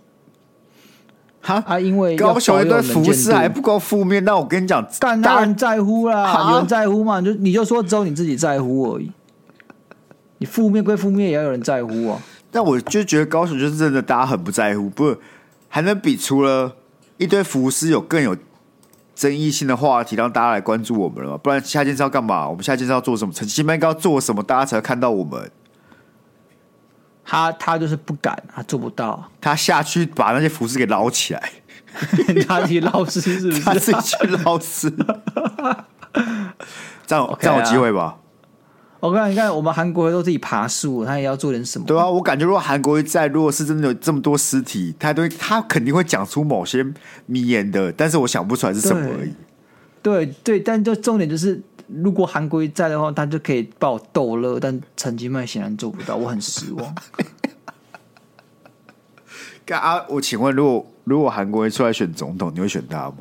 哈，啊，因为要高雄保一有堆能服饰见还度不够负面，那我跟你讲，干，哪有大人在乎啦？啊有人在乎嘛？你就你就说只有你自己在乎而已。你负面归负面，也要有人在乎啊。但我就觉得高雄就是真的大家很不在乎，不还能比除了一堆服饰有更有争议性的话题让大家来关注我们了吗？不然下件事要干嘛？我们下件事要做什么？陈其迈应该要做什么，大家才会看到我们？他他就是不敢，他做不到， [laughs] 他下去把那些服饰给捞起来， [laughs] 他提老师是不他 [laughs] 是？自己去捞 [laughs] 丝，这样有、 OK 这样有啊机会吧？我看你看，我们韩国人都自己爬树，他也要做点什么。对啊，我感觉如果韩国瑜在，如果是真的有这么多尸体，他都会他肯定会讲出某些名言的，但是我想不出来是什么而已。对对，但就重点就是，如果韩国瑜在的话，他就可以把我逗乐，但陈其迈显然做不到，我很失 [laughs] 望。干啊！我请问，如果如果韩国人出来选总统，你会选他吗？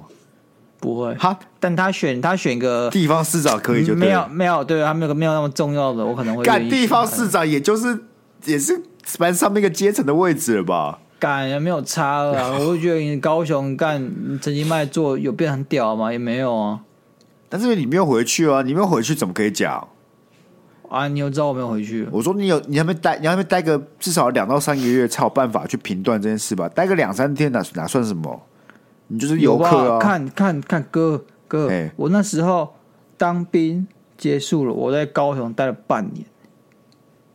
不会，哈，但他选他选个地方市长可以就对没有了，没有，对他没有没有那么重要的，我可能会愿干意地方选市长也就是也是蛮上面一个阶层的位置了吧？干没有差 [laughs] 了啊、我就觉得你高雄干陈其迈做有变很屌吗？也没有啊。但是你没有回去啊，你没有回去怎么可以讲？啊，你又知道我没有回去，我说你有，你还没待，你还没待个至少两到三个月才有办法去评断这件事吧？待个两三天哪哪算什么？你就是游客有吧啊！看看看哥哥哎，我那时候当兵结束了，我在高雄待了半年。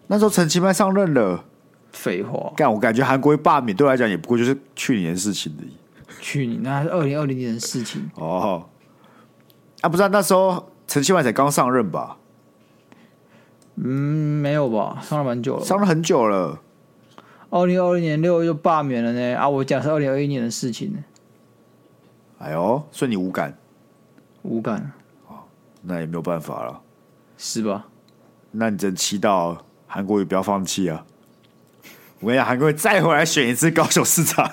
那时候陈其迈上任了，废话，干我感觉韩国瑜罢免对我来讲也不过就是去年的事情而已。去你那是二零二零年的事情，哦，啊，不是、啊、那时候陈其迈才刚上任吧？嗯，没有吧？上了蛮久了吧。上任很久了，二零二零年六月就罢免了呢。啊，我讲是二零二一年的事情呢，哎呦，所以你无感，无感那也没有办法了。是吧？那你只能祈祷韩国瑜不要放弃啊！我跟你讲，韩国瑜再回来选一次高雄市 [laughs] 长。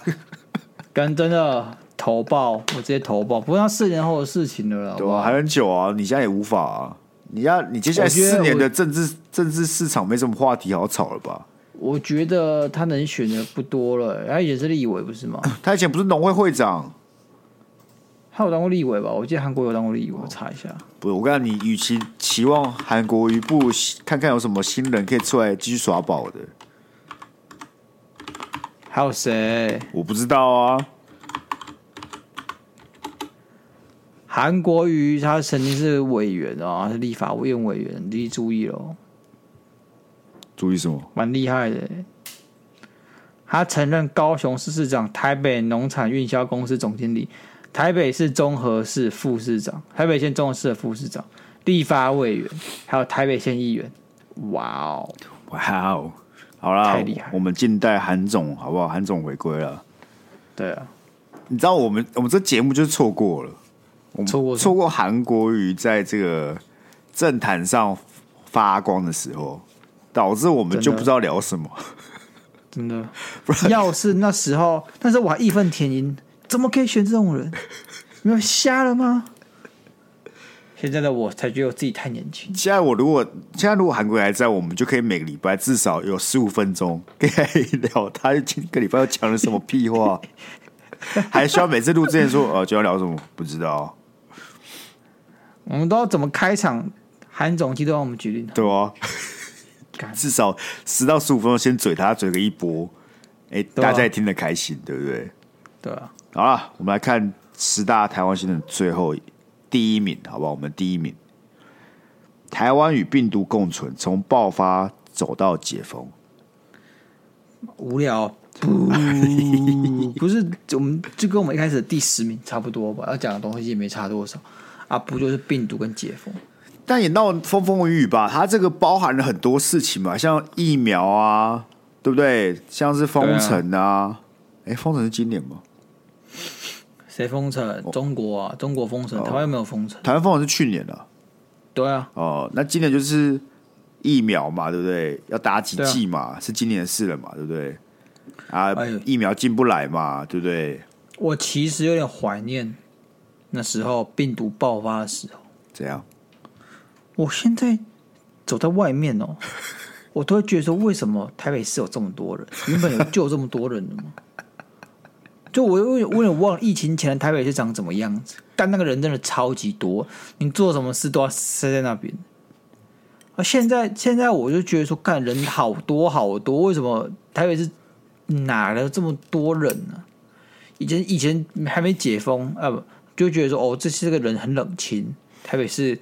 跟真的投报，我直接投报，不过那四年后的事情了啦，好对不啊，好还很久啊，你现在也无法啊。你要你接下来我觉得四年我的政治政治市场没什么话题好吵了吧？我觉得他能选的不多了，他也是立委不是吗？他以前不是农会会长，他有当过立委吧？我记得韩国有当过立委，我查一下。不是我跟你讲，你与其期望韩国瑜，不如看看有什么新人可以出来继续耍宝的。还有谁？我不知道啊，韩国瑜他曾经是委员啊、他是立法院委员，你注意咯，注意什么？蛮厉害的欸。他曾任高雄市市长、台北农产运销公司总经理、台北市综合市副市长、台北县综合市的副市长、立法委员，还有台北县议员。哇哦！哇哦，好啦，太厉害我们静待韩总好不好？韩总回归了，对啊，你知道我们我们这节目就是错过了，我们错过什么错过韩国瑜在这个政坛上发光的时候，导致我们真的就不知道聊什么。真 [laughs] 的。要是那时候，但是我还义愤填膺，怎么可以选这种人？ [laughs] 你们瞎了吗？现在的我才觉得我自己太年轻。现在我如果现在如果韩国瑜还在，我们就可以每个礼拜至少有十五分钟可以聊他这个礼拜又讲了什么屁 [laughs] 话，还需要每次录之前说呃，就要聊什么不知道，我们都要怎么开场？韩总机都让我们决定。对吧、干至少十到十五分钟先嘴他，嘴个一波，哎、啊大家也听得开心，对不对？对啊，好了，我们来看十大台湾新闻最后第一名，好不好？我们第一名，台湾与病毒共存，从爆发走到解封。无聊。不，不是，我们就跟我们一开始的第十名差不多吧，要讲的东西也没差多少。啊，不就是病毒跟解封？但也闹风风雨雨吧，它这个包含了很多事情嘛，像疫苗啊，对不对？像是封城啊，哎、封城是今年吗？谁封城？中国啊，中国封城，台湾又没有封城。台湾封城是去年了，对啊，哦，那今年就是疫苗嘛，对不对？要打几对啊剂嘛，是今年的事了嘛，对不对？啊，哎呦疫苗进不来嘛，对不对？我其实有点怀念那时候病毒爆发的时候。怎样？我现在走在外面哦，我都会觉得说，为什么台北市有这么多人？原本有就有这么多人的吗？就我有点我有点忘了疫情前的台北市长怎么样子，但那个人真的超级多，你做什么事都要塞在那边。而现在现在我就觉得说，干人好多好多，为什么台北市哪来的这么多人呢、以前以前还没解封啊，不就觉得说哦，这是个人很冷清，台北市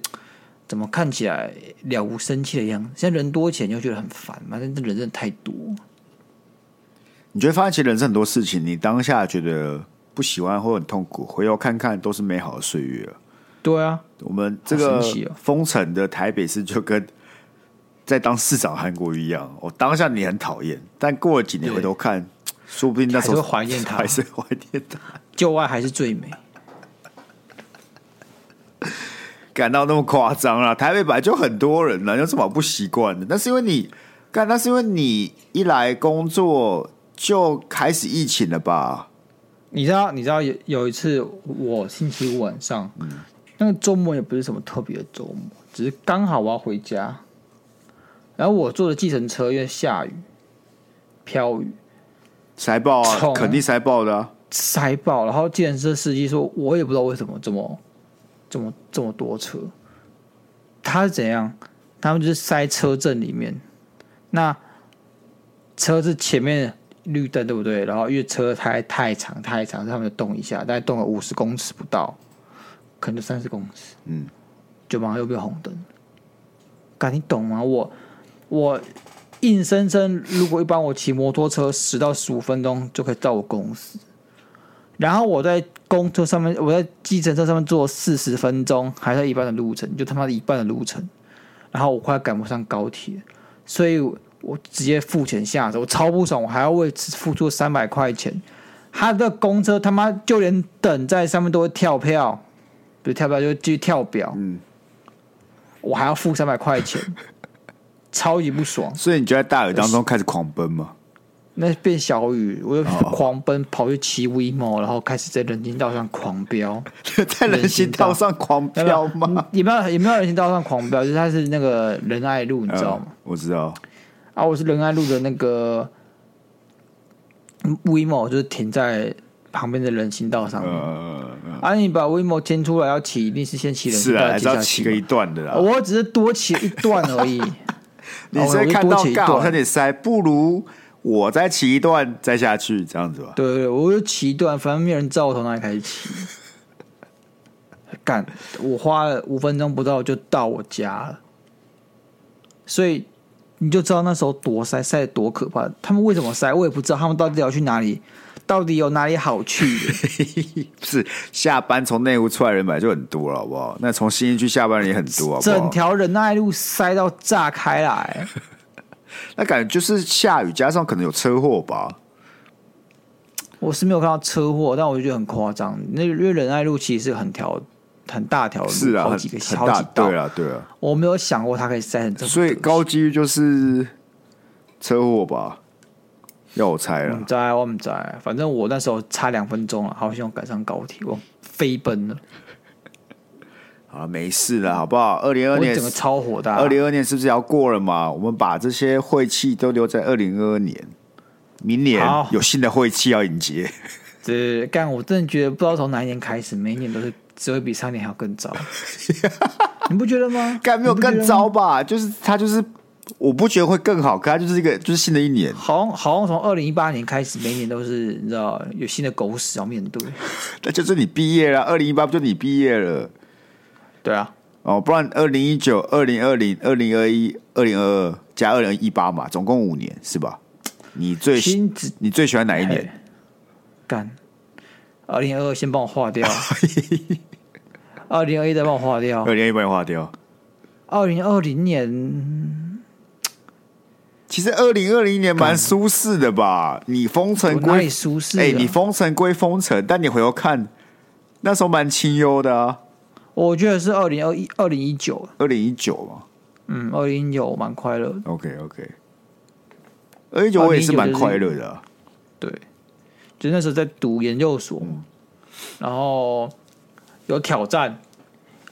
怎么看起来了无生气的样子？现在人多起来你就觉得很烦嘛，但是人真的太多。你就会发现，其实人生很多事情，你当下觉得不喜欢或很痛苦，回头看看都是美好的岁月了。对啊，我们这个好神奇哦封城的台北市就跟在当市长韩国瑜一样，我、当下你很讨厌，但过了几年回头看，说不定那时候还是会怀念他还是会怀念他。旧爱还是最美。感到那么夸张啦。台北本来就很多人了，有什么好不习惯的？那是因为你干，那是因为你一来工作就开始疫情了吧？你知道，你知道有有一次，我星期五晚上，那个周末也不是什么特别的周末，只是刚好我要回家，然后我坐的计程车因为下雨，飘雨塞爆啊，冲肯定塞爆的、啊。塞爆，然后计程车司机说，我也不知道为什么这么这么这么多车，他是怎样？他们就是塞车阵里面，那车是前面绿灯对不对？然后因为车太太长太长，所以他们就动一下，大概动了五十公尺不到，可能就三十公尺，嗯，就马上又变红灯。干，你懂吗？我我硬生生，如果一般我骑摩托车十到十五分钟就可以到我公司，然后我在公车上面，我在计程车上面坐四十分钟，还在一半的路程，就他妈的一半的路程，然后我快赶不上高铁，所以我直接付钱下车，我超不爽，我还要为此付出三百块钱。他的公车他妈就连等在上面都会跳票，不是跳票就是继续跳表，嗯，我还要付三百块钱，超级不爽。所以你就在大雨当中开始 [laughs] 狂奔嘛？那变小雨，我又狂奔跑去骑 WeMo，然后开始在人行道上狂飙，在人行道上狂飙吗？也没有也没有人行道上狂飙，就是它是那个仁爱路，你知道吗？嗯我知道，啊，我是仁爱路的那个 WeMo，就是停在旁边的人行道上面。呃，啊，你把 WeMo 牵出来要骑，一定是先骑人是行道，啊，还再是接要下骑去个一嘛哦段的啦。我只是多骑一段而 [laughs] 已。哦你是我就看多到骑一尬，段好像有点塞，不如我再骑一段再下去，这样子吧。对对对，我就骑一段，反正没有人知道我从哪里开始骑。干，我花了五分钟不到就到我家了，所以你就知道那时候多塞塞得多可怕。他们为什么塞，我也不知道。他们到底要去哪里，到底有哪里好去的？是下班从内湖出来人本来就很多了，好不好？那从新一区下班人也很多， [laughs] 好不整好？条仁爱路塞到炸开来，那感觉就是下雨，加上可能有车祸吧。我是没有看到车祸，但我就觉得很夸张。那因为仁爱路其实是很条很大条的路，是啊，嗯好很几个很好大几，道对。啊，对啊，我没有想过它可以塞成这么多，所以高几率就是车祸吧，要我猜我了们。在，我们在，反正我那时候差两分钟了，啊好想赶上高铁，我飞奔了，好了，没事了，好不好？二零二我年整个超火大。二零二年是不是要过了嘛？我们把这些晦气都留在二零二二年，明年好有新的晦气要迎 [laughs] 接。这干，我真的觉得不知道从哪一年开始，每一年都是只会比上一年还要 [laughs] 更糟，你不觉得吗？该没有你不觉得更吗，糟吧？就是他就是，我不觉得会更好，可他就是一个就是新的一年。好像好像从二零一八年开始，每一年都是你知道有新的狗屎要面对。那就是你毕业了，二零一八不就你毕业了？对啊，哦，不然二零一九、二零二零、二零二一、二零二二加二零一八嘛，总共五年是吧？你最新子你最喜欢哪一嘿年？干，二零二二先帮我划 [laughs] 掉，二零二一再帮我划掉，二零一八划掉。二零二零年其实二零二零年蛮舒适的吧？你封城我哪归里舒适啊？哎、你封城归封城，但你回头看，那时候蛮清幽的啊。我觉得是二零二一、二零一九，二零一九嘛嗯，二零一九蛮快乐的， ，OK OK，二哦零一九我也是蛮快乐的啊、对，就那时候在读研究所，嗯然后有挑战，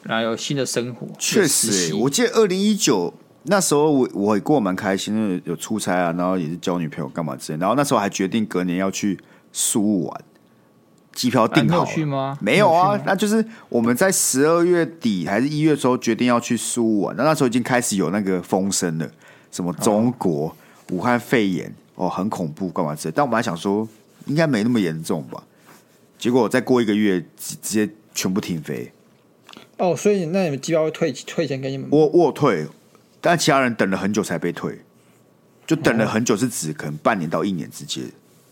然后有新的生活，确有实实、欸，习我记得二零一九那时候我我也过得蛮开心的，有出差啊，然后也是交女朋友干嘛之类的，然后那时候还决定隔年要去苏武玩，机票啊订你好有了、去吗没有你有啊去，吗那就是我们在十二月底还是一月的时候决定要去苏武玩，那那时候已经开始有那个风声了，什么中国、武汉肺炎哦，很恐怖干嘛之类的，但我们还想说应该没那么严重吧，结果再过一个月直直接全部停飞。哦，所以那你们机票会退退钱给你们吗？我我有退，但其他人等了很久才被退，就等了很久是指可能半年到一年之间，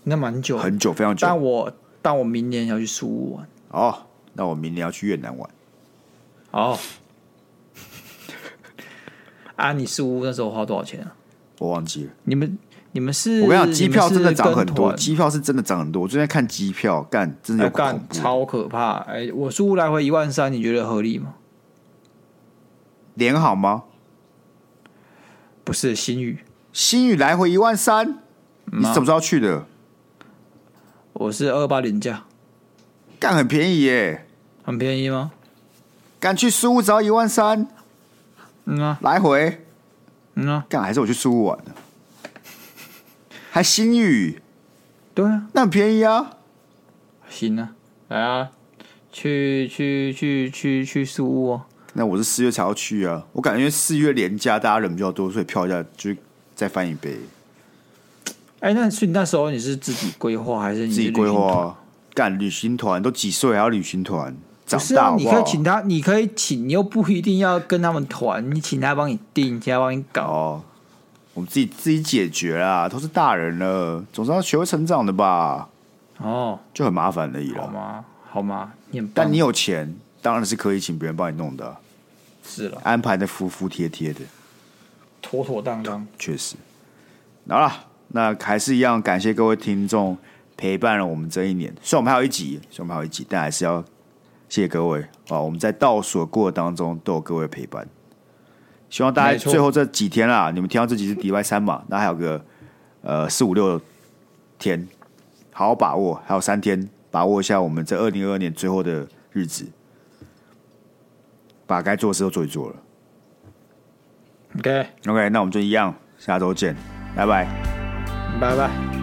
那蛮久的，很久非常久。但我但我明年要去苏武玩，哦，那我明年要去越南玩，哦， [laughs] 啊，你苏武那时候花多少钱啊？我忘记了。你们你们是我跟你讲，机票你们真是的涨跟很多，团机票是真的涨很多。我最近在看机票，干真的哎有恐嗯干怖。超可怕！哎、我苏来回一万三，你觉得合理吗？联好吗？不是新宇，新宇来回一万三，嗯你是怎么时候去的？我是二八廉价，干很便宜耶，很便宜吗？干去苏屋只要一万三，嗯啊，来回。嗯啊，干还是我去苏屋玩的，还新宇，对啊，那很便宜啊。行啊，来啊，去去去去去苏屋哦。那我是四月才要去啊，我感觉四月廉价大家人比较多，所以票价就再翻一倍，哎，那所以那时候你是自己规划还是你自是己规旅行团？划啊。干旅行团都几岁还要旅行团？不长是大啊，好你不可好以？请他，你可以请，你又不一定要跟他们团，你请他帮你订，请他帮你搞。哦，我们自己自己解决啦，都是大人了，总是要学会成长的吧，哦，就很麻烦而已好了。吗？好吗？你很棒但你有钱，当然是可以请别人帮你弄的啊，是了，安排的服服帖帖的，妥妥当当。确实。好了，那还是一样，感谢各位听众陪伴了我们这一年。虽然我们还有一集，虽然我们还有一集，但还是要谢谢各位啊！我们在倒数的过程当中都有各位陪伴，希望大家没错最后这几天啦，你们听到这集是礼拜三嘛，那还有个呃四五六天，好好把握，还有三天，把握一下我们这二零二二年最后的日子，把该做的事都做一做了。 OK， OK，那我们就一样，下周见，拜拜。拜拜。